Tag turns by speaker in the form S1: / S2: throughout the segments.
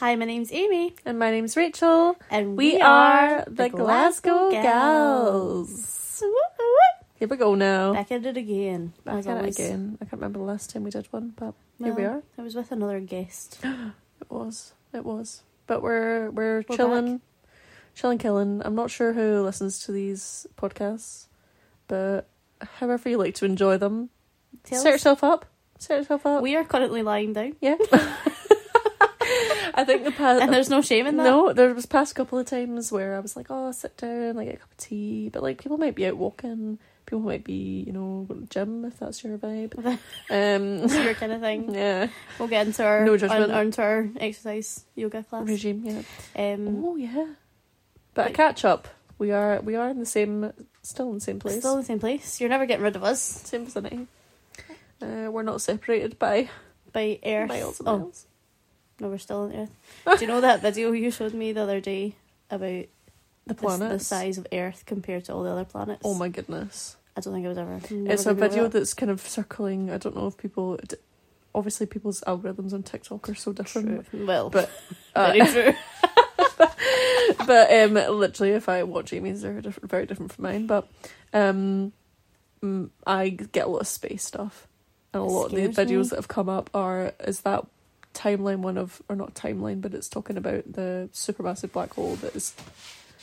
S1: Hi, my name's Amy,
S2: And my name's Rachel.
S1: and
S2: We are the Glasgow Gals.
S1: Woo, woo, woo.
S2: Here we go now.
S1: Back at it again.
S2: Back
S1: as
S2: at
S1: always.
S2: it again. I can't remember the last time we did one, but here we
S1: Well,
S2: are.
S1: I was with another guest.
S2: It was. It was. But we're we're,
S1: We're
S2: chilling, chilling, killing. I'm not sure who listens to these podcasts, but however you like to enjoy them,
S1: Tell
S2: set
S1: us-
S2: yourself up. Set yourself up.
S1: we are currently lying down,
S2: yeah. I think the past.
S1: and there's no shame in that.
S2: Uh, No, there was past couple of times where I was like, oh, sit down, like get a cup of tea. But like people might be out walking, people might be, you know, going to the gym if that's your vibe. Um,
S1: It's your kind of thing.
S2: yeah,
S1: We'll get into our
S2: No
S1: on-
S2: judgment.
S1: onto our exercise yoga class.
S2: regime. Yeah.
S1: Um,
S2: Oh yeah. But a
S1: But-
S2: catch up. We are we are in the same, still in the same place.
S1: still in the same place. You're never getting rid of us
S2: Same vicinity. Uh, we're not separated by
S1: by Earth.
S2: miles and
S1: oh
S2: miles.
S1: no, we're still on Earth. Do you know that video you showed me the other day about the,
S2: The
S1: s-
S2: planet.
S1: the size of Earth compared to all the other planets?
S2: Oh my goodness.
S1: I don't think I was ever.
S2: it's a video that's kind of circling. I don't know if people. d- Obviously, people's algorithms on TikTok are so different.
S1: Well,
S2: but, uh,
S1: very true.
S2: but um, literally, if I watch Amy's, they're different, very different from mine. But um, mm, I get a lot of space stuff, and a
S1: It
S2: lot of the
S1: scares
S2: videos
S1: me.
S2: that have come up are is that timeline one of or not timeline, but it's talking about the supermassive black hole that is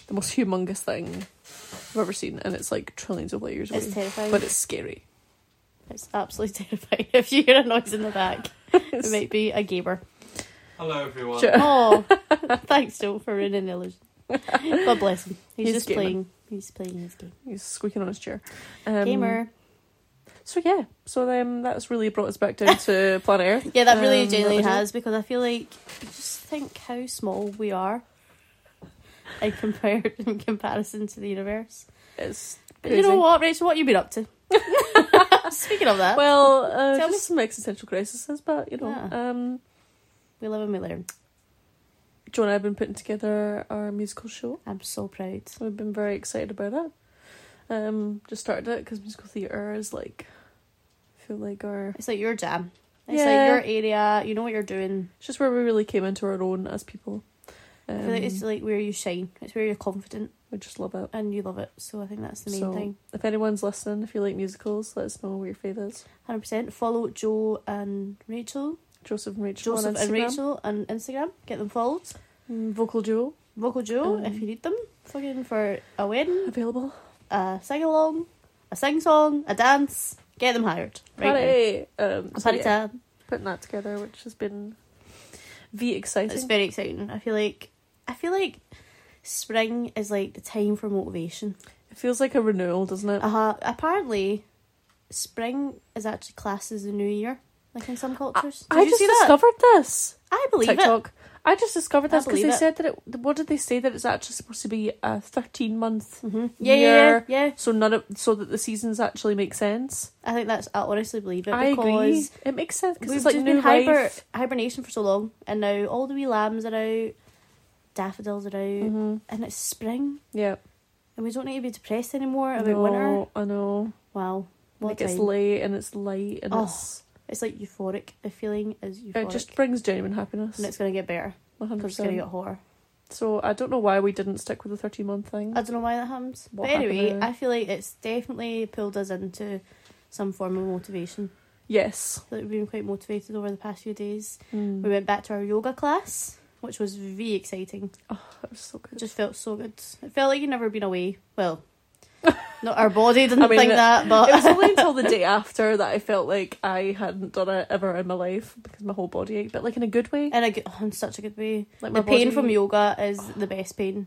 S2: the most humongous thing I've ever seen, and it's like trillions of layers
S1: It's
S2: away,
S1: terrifying.
S2: but it's scary.
S1: It's absolutely terrifying. If you hear a noise in the back, it might be a gamer.
S3: Hello, everyone.
S2: Sure.
S1: Oh, thanks, Joe, for ruining the illusion. God bless him. He's,
S2: He's
S1: just
S2: gaming.
S1: playing. He's playing his game.
S2: He's squeaking on his chair. Um,
S1: gamer.
S2: So yeah, so um, that's really brought us back down to planet Earth.
S1: Yeah, that really
S2: Um,
S1: genuinely
S2: that was it.
S1: has because I feel like just think how small we are. Like compared in comparison to the universe.
S2: It's
S1: But you know
S2: crazy.
S1: what, Rachel? What you been up to? Speaking of that,
S2: Well, uh,
S1: Tell
S2: just
S1: me.
S2: some existential crises, but you know,
S1: Yeah.
S2: um,
S1: we live and we learn.
S2: Joe and I have been putting together our musical show.
S1: I'm so proud.
S2: We've been very excited about that. Um, just started it because musical theatre is like, I feel like our
S1: It's like your jam. It's
S2: Yeah.
S1: like your area. You know what you're doing.
S2: it's just where we really came into our own as people. Um,
S1: I feel like it's like where you shine. It's where you're confident
S2: we just love it.
S1: and you love it. So I think that's the main
S2: So-
S1: thing.
S2: If anyone's listening, if you like musicals, let us know what your fave is.
S1: Hundred percent. Follow Joe and Rachel.
S2: Joseph and Rachel.
S1: Joseph
S2: on
S1: and
S2: Instagram.
S1: Rachel on Instagram. Get them followed.
S2: Mm, Vocal duo
S1: Vocal Joe
S2: Um,
S1: if you need them. Fucking for a wedding,
S2: available.
S1: a sing along, a sing song, a dance. Get them hired. Right.
S2: Party. Um,
S1: now. A
S2: so
S1: party
S2: yeah,
S1: time.
S2: putting that together, which has been v exciting.
S1: It's very exciting. I feel like I feel like spring is like the time for motivation.
S2: It feels like a renewal, doesn't it?
S1: Uh, apparently, spring is actually classed as the new year, like in some cultures. Did
S2: I
S1: you
S2: just
S1: see that?
S2: discovered this
S1: I believe
S2: TikTok. I just discovered
S1: I
S2: this because
S1: believe
S2: they
S1: it.
S2: said that it. What did they say that it's actually supposed to be a thirteen month?
S1: it. hmm Yeah, yeah,
S2: year.
S1: yeah, yeah.
S2: So none of so that the seasons actually make sense.
S1: I think that's. I honestly believe it
S2: I agree.
S1: because
S2: It makes sense because
S1: we've
S2: it's like
S1: just
S2: new
S1: been hiber-
S2: life.
S1: hibernation for so long, and now all the wee lambs are out, daffodils are out,
S2: hmm
S1: and it's spring,
S2: Yeah.
S1: and we don't need to be depressed anymore about
S2: no,
S1: winter.
S2: I know.
S1: Wow, what
S2: like it's
S1: time.
S2: late and it's light and
S1: Oh,
S2: it's
S1: It's like euphoric. The feeling is euphoric,
S2: it just brings genuine happiness.
S1: and it's gonna get better.
S2: One hundred
S1: Because it's gonna get
S2: percent.
S1: hotter.
S2: So I don't know why we didn't stick with the thirteen month thing.
S1: I don't know why that happens.
S2: What
S1: Mm. but anyway,
S2: happened there?
S1: I feel like it's definitely pulled us into some form of motivation.
S2: yes.
S1: I feel like we've been quite motivated over the past few days.
S2: Mm.
S1: We went back to our yoga class, which was very exciting.
S2: that was so
S1: It
S2: good.
S1: just felt so good. It felt like you'd never been away. Well, not our body didn't
S2: I mean,
S1: think that, but
S2: it was only until the day after that I felt like I hadn't done it ever in my life because my whole body ached, but like in a good way.
S1: in, a good, in oh, such a good way.
S2: Like
S1: the
S2: my
S1: pain
S2: body-
S1: from yoga is the best pain.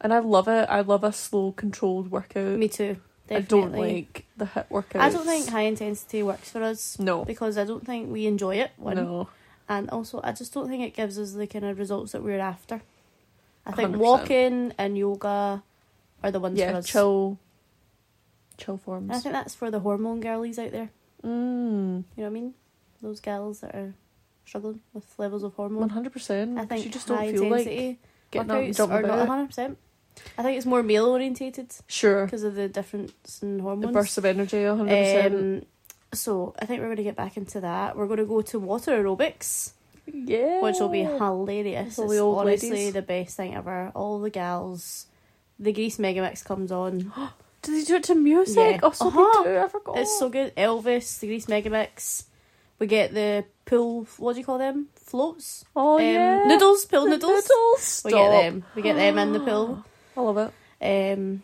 S2: And I love it. I love a slow, controlled workout.
S1: Me too.
S2: I
S1: Definitely.
S2: don't like the hit workouts.
S1: I don't think high intensity works for us
S2: No.
S1: because I don't think we enjoy it. One.
S2: No.
S1: and also I just don't think it gives us the kind of results that we're after. I think
S2: 100%.
S1: walking and yoga are the ones for
S2: Yeah,
S1: us.
S2: chill. Chill
S1: And I
S2: forms.
S1: think that's for the hormone girlies out there. You know
S2: Mm.
S1: what I mean? Those gals that are struggling with levels of hormone.
S2: 100%.
S1: I think
S2: you just
S1: high
S2: don't feel like
S1: intensity
S2: getting up and
S1: workouts
S2: jumping
S1: are not
S2: about.
S1: hundred percent. I think it's more male orientated
S2: Sure.
S1: because of the difference in
S2: The
S1: hormones.
S2: bursts of energy, 100%.
S1: um, so I think we're going to get back into that. We're going to go to water aerobics.
S2: Yeah.
S1: which will be hilarious.
S2: All
S1: It's
S2: Oh. the old
S1: honestly
S2: ladies.
S1: the best thing ever. All the gals, the Grease Megamix comes on. do they do it to music?
S2: Yeah. Oh, so
S1: uh-huh.
S2: they do. I forgot.
S1: It's so good. Elvis, the Grease Megamix. We get the pool. What do you call them? Floats.
S2: Oh yeah.
S1: Um, Noodles. Pool
S2: The
S1: noodles.
S2: noodles.
S1: We
S2: Stop.
S1: get them. We get them in the pool.
S2: I love it.
S1: Um,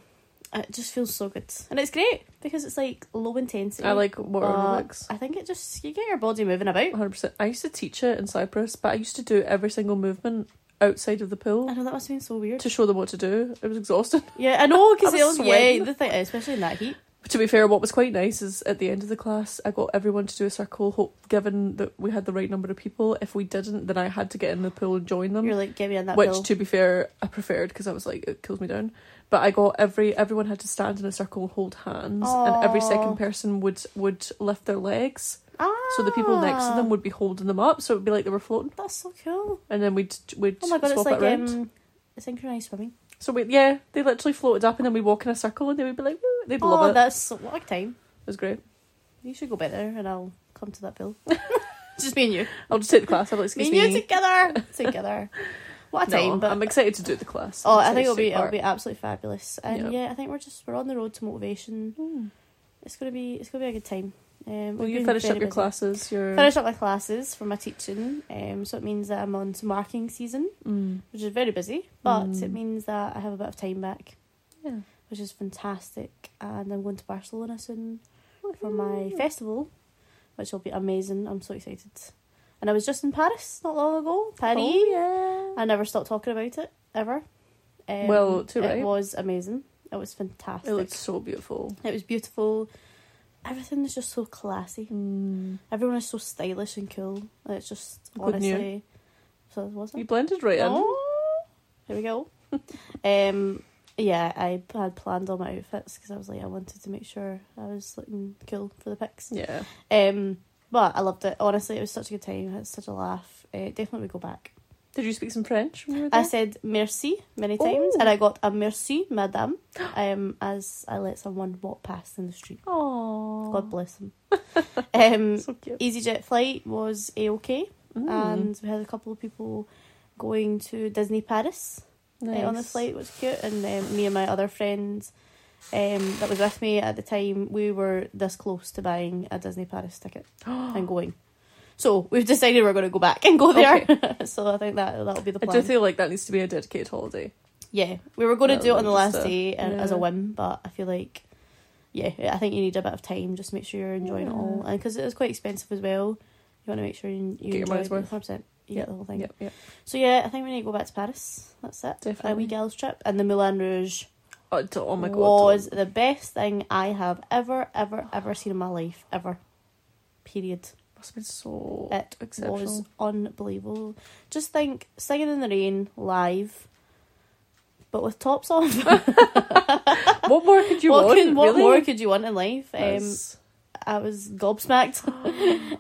S1: it just feels so good, and it's great because it's like low intensity.
S2: I like water
S1: but
S2: aerobics.
S1: I think it just you get your body moving about.
S2: 100%. I used to teach it in Cyprus, but I used to do every single movement outside of the
S1: I
S2: pool
S1: know that must have been so weird.
S2: Oh. to show them what to do. It was exhausting.
S1: Yeah, I know because
S2: I
S1: they
S2: was
S1: all yeah
S2: sweating.
S1: the thing, especially in that heat.
S2: But to be fair, what was quite nice is at the end of the class, I got everyone to do a circle, hope, given that we had the right number of people. If we didn't, then I had to get in the pool and join them.
S1: You're like, get me in that
S2: which,
S1: pool.
S2: to be fair, I preferred because I was like, it cools me down. But I got every everyone had to stand in a circle and hold hands, and every
S1: Aw.
S2: second person would would lift their legs,
S1: ah,
S2: so the people next to them would be holding them up, so it would be like they were floating,
S1: That's so cool.
S2: and then we'd we'd
S1: Oh my god, it's
S2: swap
S1: like
S2: it around.
S1: um, synchronized swimming.
S2: So we yeah, they literally floated up and then we walk in a circle and they would be like, Woo, they'd
S1: oh,
S2: love it. It
S1: that's so- what a time.
S2: was great.
S1: You should go back there, and I'll come to that pool. just me and you.
S2: I'll just take the class. I'll be like,
S1: Me
S2: excuse
S1: and
S2: me.
S1: you together. together. What a
S2: No,
S1: time! But
S2: I'm excited to do the class.
S1: Oh,
S2: I'm
S1: I think it'll
S2: excited
S1: be
S2: to
S1: it'll
S2: take
S1: be absolutely fabulous. And yeah.
S2: Yeah.
S1: I think we're just we're on the road to motivation.
S2: part. Hmm.
S1: It's gonna be it's gonna be a good time. Um,
S2: Well,
S1: we've
S2: you
S1: been
S2: finish up
S1: very
S2: your
S1: busy.
S2: classes. Your
S1: Finish up my classes for my teaching. Um, so it means that I'm on to marking season,
S2: Mm.
S1: which is very busy, but
S2: Mm.
S1: it means that I have a bit of time back,
S2: Yeah.
S1: which is fantastic. And I'm going to Barcelona soon for my festival, which will be amazing. I'm so excited. And I was just in Paris not long ago. Paris.
S2: Oh, yeah.
S1: I never stopped talking about it ever. Um,
S2: Well, too
S1: it
S2: right.
S1: was amazing. It was fantastic.
S2: It looks so beautiful.
S1: It was beautiful. Everything is just so classy.
S2: Mm.
S1: Everyone is so stylish and cool. And It's just
S2: Good
S1: honestly.
S2: new.
S1: So was
S2: You
S1: it?
S2: blended right in.
S1: Oh, here we go. um, yeah, I had planned all my outfits because I was like, I wanted to make sure I was looking cool for the pics.
S2: Yeah.
S1: Um, but I loved it. Honestly, it was such a good time. I had such a laugh. Uh, definitely would go back.
S2: Did you speak some French? When you were
S1: I
S2: there?
S1: said merci many
S2: Oh.
S1: times, and I got a merci, madame, um, as I let someone walk past in the street.
S2: Oh,
S1: God bless them. um,
S2: So cute.
S1: EasyJet flight was a okay,
S2: Mm.
S1: and we had a couple of people going to Disney Paris uh, on the
S2: Nice.
S1: flight, which was cute. And um, me and my other friend um, that was with me at the time, we were this close to buying a Disney Paris ticket and going. So we've decided we're going to go back and go there. so I think that that'll be the
S2: Oh, I
S1: plan.
S2: do feel like that needs to be a dedicated holiday.
S1: Yeah, we were going to
S2: Rather
S1: do it on
S2: than
S1: the
S2: just
S1: last
S2: a-
S1: day and as a
S2: yeah.
S1: whim, but I feel like, yeah, I think you need a bit of time just to make sure you're enjoying it all, and because it is quite expensive as well, you want to make sure you, you
S2: Get your
S1: enjoy
S2: money's
S1: it.
S2: worth.
S1: Hundred percent, you
S2: Yeah,
S1: get the whole thing.
S2: Yep, yep.
S1: So yeah, I think we need to go back to Paris. That's it. A
S2: Definitely.
S1: wee girls trip and the Moulin Rouge
S2: Oh, d- oh my god.
S1: was the best thing I have ever, ever, ever seen in my life ever. Period.
S2: must have been so
S1: It
S2: exceptional.
S1: was um, unbelievable. Just think, singing in the rain live, but with tops on.
S2: What more could you
S1: what
S2: want?
S1: could- what
S2: really?
S1: more could you want in life? Um,
S2: That's
S1: I was gobsmacked.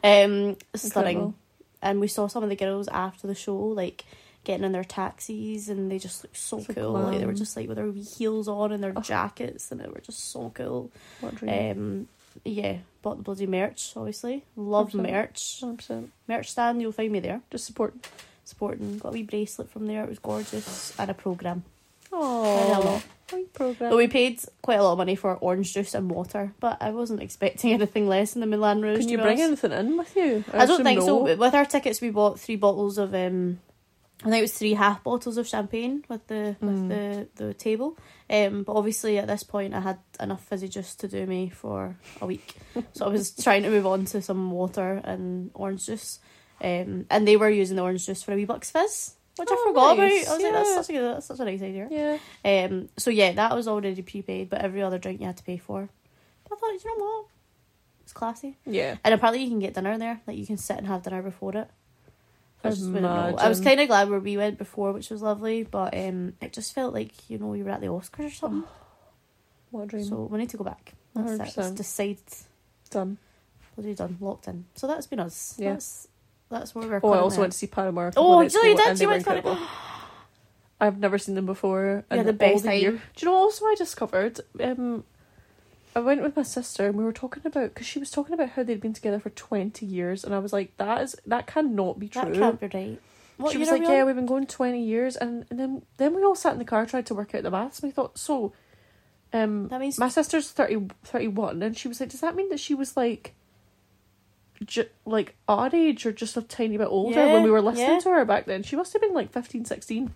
S1: um, stunning.
S2: incredible.
S1: And we saw some of the girls after the show, like getting in their taxis, and they just looked so,
S2: So
S1: cool. Like they were
S2: glam.
S1: just like with their wee heels on and their
S2: Oh.
S1: jackets, and they were just so cool.
S2: What a dream.
S1: Um, yeah, bought the bloody merch. Obviously, love
S2: 100%.
S1: merch.
S2: 100%.
S1: Merch stand, you'll find me there.
S2: Just support.
S1: Supporting, got a wee bracelet from there. It was gorgeous, and a program.
S2: Oh, program.
S1: But we paid quite a lot of money for orange juice and water, but I wasn't expecting anything less in the Milan Rouge.
S2: Can
S1: to
S2: you
S1: be
S2: bring
S1: honest.
S2: anything in with you?
S1: I don't
S2: assume
S1: think so.
S2: no.
S1: but With our tickets, we bought three bottles of um, I think it was three half bottles of champagne with the with
S2: Mm.
S1: the the table. Um, but obviously at this point, I had enough fizzy juice to do me for a week, so I was trying to move on to some water and orange juice. Um, and they were using the orange juice for a wee bucks fizz, which
S2: Oh,
S1: I forgot
S2: nice,
S1: about. I was like, that's
S2: yeah.
S1: such a good, that's such a nice idea.
S2: Yeah.
S1: Um, so yeah, that was already prepaid, but every other drink you had to pay for. But I thought, you know what? It's classy.
S2: Yeah.
S1: And apparently you can get dinner there. Like you can sit and have dinner before it. I just wouldn't know. I
S2: Imagine.
S1: was kind of glad where we went before, which was lovely, but um, it just felt like you know you were at the Oscars or something.
S2: What a dream.
S1: Oh. so we need to go back. That's it. It's
S2: 100%.
S1: decided.
S2: Done.
S1: Bloody done. Locked in. So that's been us.
S2: Yeah.
S1: That's that's where we're.
S2: Oh, I
S1: currently
S2: also
S1: at.
S2: went to see Paramore. a couple
S1: Oh,
S2: nights
S1: you
S2: ago,
S1: did.
S2: and
S1: You
S2: they
S1: went
S2: were
S1: to Paramore.
S2: incredible. I've never seen them before.
S1: Yeah,
S2: and
S1: the
S2: all
S1: best
S2: the year-
S1: time.
S2: Do you know? Also, I discovered um, I went with my sister and we were talking about because she was talking about how they'd been together for twenty years and I was like, that is that cannot be true.
S1: That can't be right. What
S2: she
S1: year
S2: was
S1: are
S2: like,
S1: we
S2: yeah,
S1: on?
S2: we've been going twenty years and, and then then we all sat in the car tried to work out the maths and we thought, so um
S1: That means
S2: my sister's 30, 31 and she was like, does that mean that she was like ju- like our age or just a tiny bit older when
S1: Yeah,
S2: we were listening
S1: yeah.
S2: to her back then? She must have been like 15, 16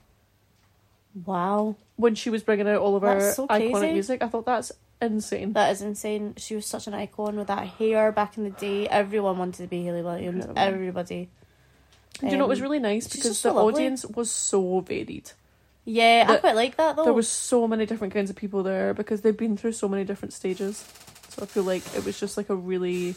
S1: wow,
S2: when she was bringing out all of her
S1: That's so
S2: iconic
S1: crazy.
S2: music. I thought that's insane.
S1: that is insane. She was such an icon with that hair back in the day. Everyone wanted to be Haley Williams.
S2: Incredible.
S1: Everybody.
S2: Do you know what was
S1: Um,
S2: really nice?
S1: she's
S2: Because
S1: just
S2: the
S1: so lovely.
S2: audience was so varied.
S1: Yeah, I
S2: That-
S1: quite like that though.
S2: There was so many different kinds of people there because they've been through so many different stages. So I feel like it was just like a really,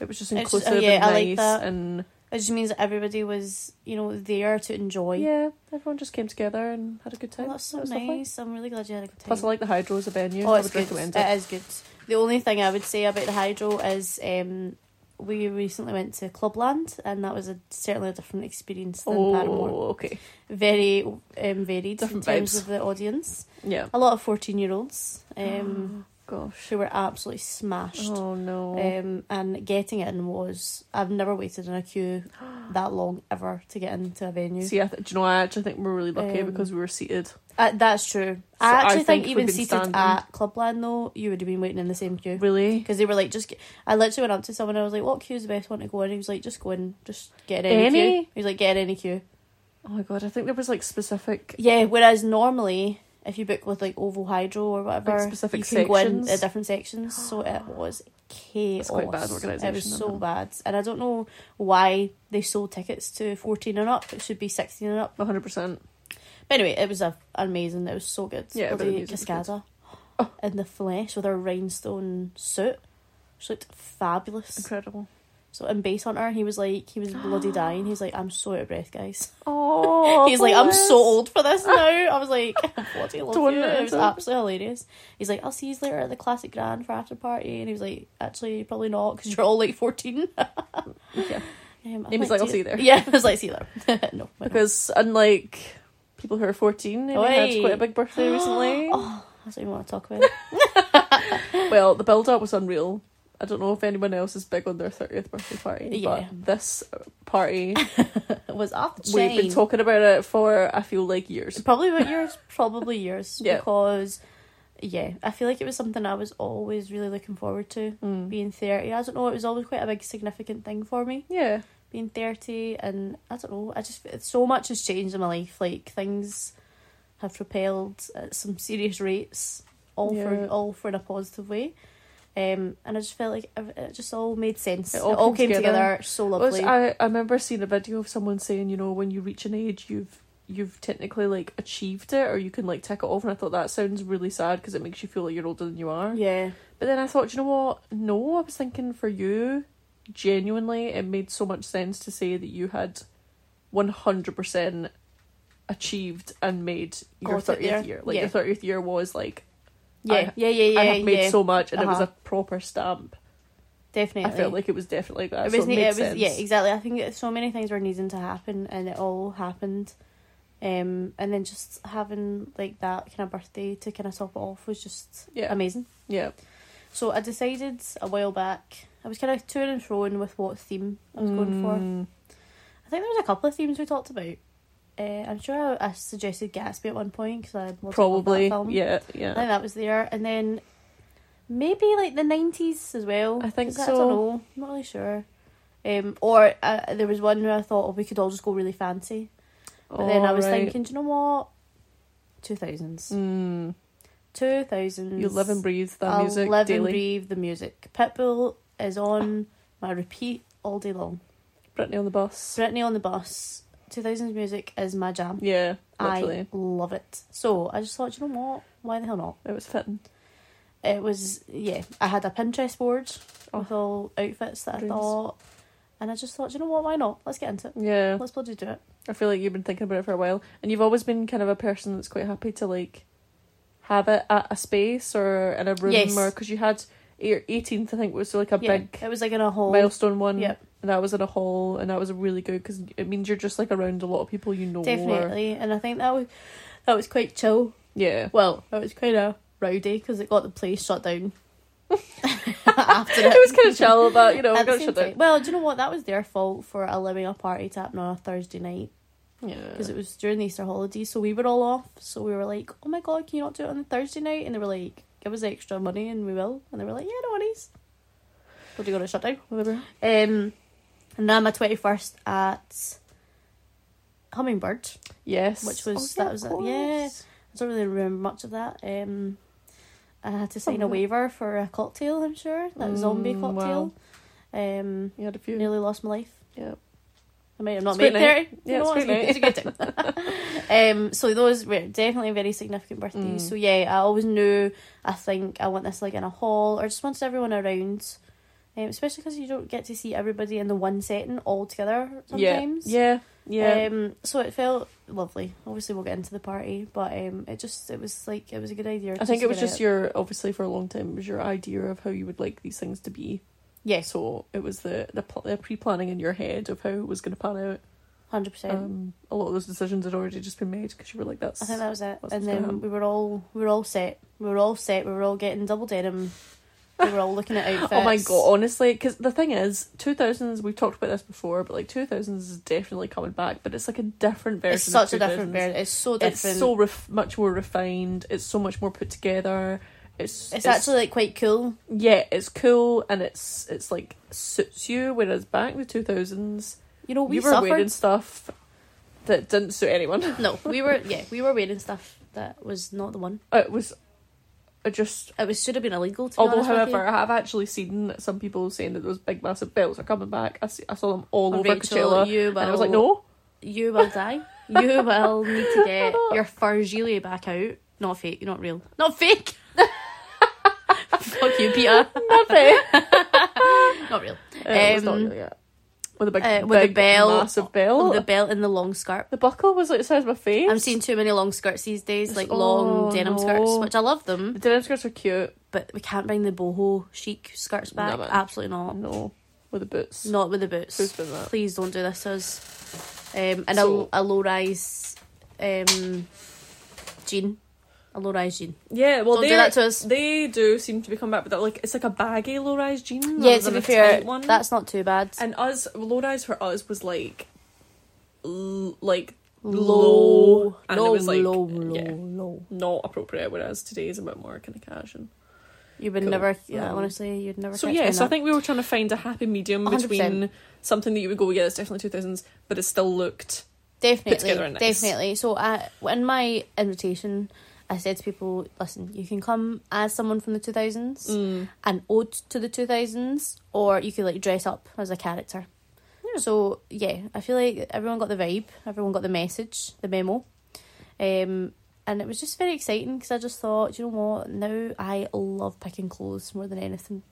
S2: it was just
S1: It's just-
S2: inclusive
S1: oh, yeah,
S2: and
S1: I like
S2: nice
S1: that.
S2: and
S1: It just means that everybody was, you know, there to enjoy.
S2: yeah, everyone just came together and had a good time.
S1: Well, that's so
S2: It was
S1: nice.
S2: lovely.
S1: I'm really glad you had a good time.
S2: Plus, I like the hydro as a venue.
S1: oh,
S2: I
S1: it's
S2: would
S1: good.
S2: recommend
S1: It is good. The only thing I would say about the hydro is um, we recently went to Clubland, and that was a, certainly a different experience than Paramore.
S2: Oh, okay.
S1: Very um, varied
S2: Different
S1: in terms
S2: vibes.
S1: of the audience.
S2: Yeah.
S1: A lot of 14 year olds um,
S2: Gosh.
S1: who were absolutely smashed.
S2: Oh no.
S1: Um, and getting in was I've never waited in a queue that long ever to get into a venue.
S2: See, I th- do you know? I actually think we're really lucky
S1: Um,
S2: because we were seated.
S1: Uh, that's true. I
S2: So I
S1: actually
S2: think
S1: think,
S2: if we'd
S1: even
S2: been
S1: seated
S2: standing-
S1: at Clubland though, you would have been waiting in the same queue
S2: Really.
S1: because they were like, just. Get... I literally went up to someone. I was like, "What queue's the best one to go in?" He was like, "Just go in, just get in any,
S2: Any?
S1: queue." He was like, "Get in any queue."
S2: Oh my god! I think there was like specific
S1: Yeah. Whereas normally, if you book with like Oval Hydro or whatever,
S2: Like specific
S1: you can go in
S2: sections?
S1: at different sections. So it was chaos.
S2: That's quite bad
S1: It
S2: organisation,
S1: was
S2: isn't
S1: so
S2: it?
S1: bad, and I don't know why they sold tickets to fourteen and up. It should be sixteen and up.
S2: One hundred percent.
S1: But anyway, it was a, amazing. It was so good.
S2: Yeah, but the
S1: Bloody
S2: music was
S1: Cascada
S2: Oh.
S1: in the flesh with her rhinestone suit. She looked fabulous.
S2: Incredible.
S1: So in Base Hunter, he was like, he was bloody dying. He's like, I'm so out of breath, guys.
S2: Oh,
S1: He's like, I'm
S2: bless.
S1: so old for this now. I was like, bloody love
S2: Don't
S1: you. It was
S2: matter.
S1: absolutely hilarious. He's like, I'll see you later at the Classic Grand for after party, and he was like, actually, probably not because you're all like 14.
S2: Yeah.
S1: Um, I
S2: He was like, "I'll see you there."
S1: Yeah, I was like, see you there. no, why not?
S2: Because unlike people who are 14, they had
S1: Oi.
S2: quite a big birthday recently.
S1: oh, I don't even want to talk about it.
S2: Well, the build up was unreal. I don't know if anyone else is big on their 30th birthday party,
S1: Yeah.
S2: but this party,
S1: It was off the chain.
S2: we've been talking about it for, I feel like, years.
S1: Probably about yours. Probably yours.
S2: Yeah.
S1: Because, yeah, I feel like it was something I was always really looking forward to.
S2: Mm.
S1: Being 30. I don't know, it was always quite a big significant thing for me.
S2: Yeah.
S1: Being 30, and I don't know, I just, it's- so much has changed in my life. Like, things have propelled at some serious rates, all
S2: Yeah.
S1: for all for in a positive way. Um, and I just felt like ev- it just all made sense.
S2: It
S1: It
S2: all
S1: all,
S2: came
S1: came,
S2: together.
S1: together. So
S2: Was-
S1: lovely.
S2: I, I remember seeing a video of someone saying, you know, when you reach an age, you've you've technically like achieved it or you can like tick it off and i thought that sounds really sad because it makes you feel like you're older than you are
S1: yeah.
S2: But then I thought, you know what? No, I was thinking for you, genuinely, it made so much sense to say that you had 100% achieved and made your
S1: Got it
S2: 30th
S1: there.
S2: year. Like,
S1: Yeah.
S2: your 30th year was like,
S1: Yeah,
S2: I-
S1: yeah, yeah,
S2: I
S1: yeah,
S2: have made
S1: yeah.
S2: so much, and it was
S1: Uh-huh.
S2: a proper stamp.
S1: Definitely.
S2: I felt like it was definitely that.
S1: it
S2: so
S1: was,
S2: it
S1: ne-
S2: made
S1: it was
S2: sense.
S1: yeah exactly i think that so many things were needing to happen and it all happened um and then just having like that kind of birthday to kind of top it off was just
S2: Yeah.
S1: amazing
S2: Yeah.
S1: so i decided a while back i was kind of to and froing with what theme i was going for
S2: Mm.
S1: i think there was a couple of themes we talked about uh, i'm sure I, I suggested gatsby at one point because i bloody love that
S2: Probably.
S1: film.
S2: Yeah,
S1: i think
S2: yeah.
S1: that was there and then maybe like the 90s as well
S2: I think
S1: 'cause I
S2: so.
S1: don't know. I'm not really sure. Um, or uh, there was one where I thought, oh, we could all just go really fancy. But then I was
S2: Alright.
S1: thinking, do you know what? 2000s.
S2: Mm.
S1: 2000s.
S2: You live and breathe that
S1: I'll
S2: music
S1: live
S2: daily.
S1: and breathe the music. Pitbull is on my repeat all day long.
S2: Britney on the bus.
S1: Britney on the bus. 2000s music is my jam.
S2: Yeah, literally.
S1: I love it. So I just thought, do you know what? Why the hell not?
S2: It was fitting.
S1: It was, yeah, I had a Pinterest board
S2: Oh.
S1: with all outfits that
S2: Dreams.
S1: I thought. And I just thought, do you know what? Why not? Let's get into it.
S2: Yeah.
S1: Let's bloody do it.
S2: I feel like you've been thinking about it for a while, and you've always been kind of a person that's quite happy to like have it at a space or in a room,
S1: Yes.
S2: or because you had your eighteenth, I think, was like a
S1: yeah,
S2: big
S1: it was like in a hall.
S2: milestone one.
S1: Yep.
S2: And that was in a hall, and that was really good because it means you're just like around a lot of people you know. or-
S1: Definitely, and I think that was that was quite chill.
S2: yeah.
S1: Well, it was quite a rowdy because it got the place shut down after
S2: it was kind of shallow, but you know, we're
S1: At the
S2: gonna
S1: same
S2: shut
S1: time-
S2: down.
S1: Well, do you know what? That was their fault for allowing a party to happen on a Thursday night because
S2: Yeah.
S1: it was during the Easter holidays, so we were all off. So we were like, "Oh my god, can you not do it on a Thursday night?" And they were like, "Give us extra money, and we will." And they were like, "Yeah, no worries." What do you got to shut down?
S2: Whatever.
S1: Um, and then my twenty first at Hummingbird.
S2: Yes.
S1: Which was-
S2: yeah,
S1: that was
S2: of
S1: it. Yeah.
S2: course.
S1: I don't really remember much of that. Um, I had to sign a
S2: Something.
S1: waiver for a cocktail. I'm sure that zombie
S2: Mm,
S1: cocktail. Um,
S2: You had a few.
S1: nearly lost my life.
S2: Yeah.
S1: I might have not
S2: Sweet
S1: made
S2: night.
S1: thirty.
S2: Yeah,
S1: you know,
S2: sweet
S1: it's, a good- it's a good time. um, so those were definitely very significant birthdays.
S2: Mm.
S1: So yeah, I always knew. I think I want this like in a hall, or just wanted everyone around. Um, especially because you don't get to see everybody in the one setting all together sometimes.
S2: Yeah. Yeah. Yeah.
S1: Um, so it felt lovely. Obviously, we'll get into the party, but um, it just it was like it was a good idea.
S2: I think it was just
S1: your
S2: your obviously for a long time it was your idea of how you would like these things to be.
S1: yes,
S2: So it was the the, pl- the pre planning in your head of how it was going to pan out.
S1: hundred percent.
S2: Um, a lot of those decisions had already just been made because you were like, "That's
S1: I think that was it.
S2: what's
S1: And
S2: gonna
S1: then
S2: happen.
S1: we were all we were all set. We were all set. We were all getting double denim. We were all looking at outfits.
S2: Oh my god, honestly, because the thing is, 2000s, we've talked about this before, but like 2000s is definitely coming back, but it's like a different version.
S1: It's such a
S2: of
S1: different
S2: 2000s.
S1: version. It's so
S2: It's
S1: different. It's,
S2: so ref- much more refined, it's so much more put together. It's,
S1: actually like quite cool.
S2: yeah, it's cool and it's it's like suits you. Whereas back in the 2000s,
S1: You know, we
S2: you were
S1: suffered.
S2: wearing stuff that didn't suit anyone.
S1: No, we were yeah, we were wearing stuff that was not the one.
S2: It was it just.
S1: It was should have been illegal. To be
S2: Although,
S1: honest with you.
S2: however, I have actually seen some people saying that those big, massive belts are coming back. I, see, I saw them all
S1: Or
S2: over
S1: Rachel,
S2: Coachella,
S1: you
S2: and I was
S1: will-
S2: like, "No,
S1: you will die. You will need to get your fur gilet back out. Not fake, not real. Not fake! Fuck you, Peter.
S2: nothing."
S1: Not real.
S2: it was not
S1: Um,
S2: really that. With a big,
S1: uh, with a
S2: big
S1: bell-
S2: massive bell.
S1: The
S2: The,
S1: belt and the long skirt.
S2: buckle was like the size of my face.
S1: I'm seeing too many long skirts these days, like
S2: Oh,
S1: long denim
S2: no.
S1: skirts, which I love
S2: The
S1: them,
S2: denim skirts were cute.
S1: but we can't bring the boho chic skirts back.
S2: No, man.
S1: Absolutely not.
S2: No, with the boots.
S1: Not with the boots.
S2: Who's been that?
S1: Please don't do this to us. Um, and
S2: So-
S1: a, a low rise um, jean. A low rise jean.
S2: Yeah, well,
S1: Don't do
S2: they're-
S1: that to us.
S2: They do seem to be coming back, but they're like it's like a baggy low-rise jean.
S1: Yeah,
S2: rather
S1: to
S2: than
S1: be
S2: a
S1: fair,
S2: tight one.
S1: that's not too bad.
S2: and us low-rise for us was like, l- like
S1: Low.
S2: low, and
S1: Low,
S2: it was like
S1: low, low,
S2: yeah,
S1: low.
S2: not appropriate. Whereas today is a bit more kind of casual.
S1: You would
S2: Cool.
S1: never, yeah,
S2: Um,
S1: honestly, you'd never.
S2: So
S1: catch
S2: yeah,
S1: me
S2: so I
S1: in that.
S2: think we were trying to find a happy medium
S1: 100%.
S2: between something that you would go, yeah, it's definitely two thousands, but it still looked
S1: definitely,
S2: together and nice.
S1: definitely. So I, in my invitation, I said to people, "Listen, you can come as someone from the 2000s,
S2: Mm.
S1: an ode to the 2000s, or you could like dress up as a character."
S2: Yeah.
S1: So yeah, I feel like everyone got the vibe, everyone got the message, the memo, um, and it was just very exciting because I just thought, you know what? Now I love picking clothes more than anything.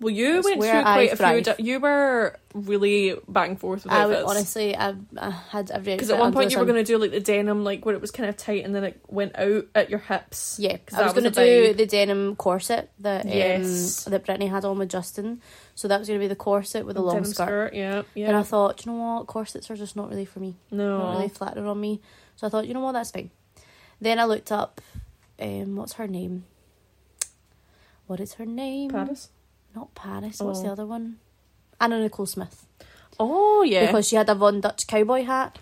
S2: Well, you
S1: It's
S2: went
S1: where
S2: through
S1: I
S2: quite a few.
S1: thrive.
S2: Di- you were really back and forth with
S1: I would
S2: outfits.
S1: honestly, I, I had every
S2: Because
S1: outfit
S2: at one
S1: under
S2: point
S1: the
S2: you were
S1: sun.
S2: going to do like the denim, like where it was kind of tight, and then it went out at your hips.
S1: Yeah,
S2: 'Cause
S1: I was
S2: that
S1: going
S2: was
S1: to
S2: a
S1: do
S2: vibe.
S1: the denim corset that um,
S2: Yes.
S1: that Brittany had on with Justin. So that was going to be the corset with a long
S2: Denim
S1: skirt.
S2: Yeah, yeah.
S1: And I thought, "Do you know what, corsets are just not really for me. Not
S2: no,
S1: really flattering on me. So I thought, you know what, that's fine. Then I looked up, um, what's her name? What is her name?
S2: Paris.
S1: Not Paris. What's
S2: Oh.
S1: the other one? Anna Nicole Smith.
S2: Oh yeah,
S1: Because she had a Von Dutch cowboy hat.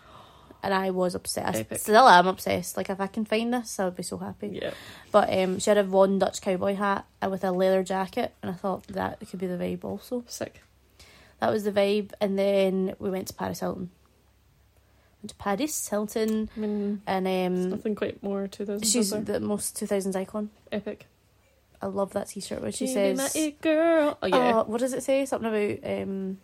S1: And I was obsessed.
S2: Epic.
S1: Still am obsessed. Like if I can find this, I would be so happy.
S2: yeah.
S1: But um, she had a Von Dutch cowboy hat uh, with a leather jacket, and I thought that could be the vibe also.
S2: Sick.
S1: That was the vibe, and then we went to Paris Hilton. Went to Paris Hilton,
S2: I mean,
S1: and um,
S2: nothing quite more two thousands.
S1: she's the most 2000s icon.
S2: epic.
S1: I love that t shirt where she
S2: Can you be
S1: says,
S2: my it girl. Oh yeah.
S1: uh, What does it say? Something about, um,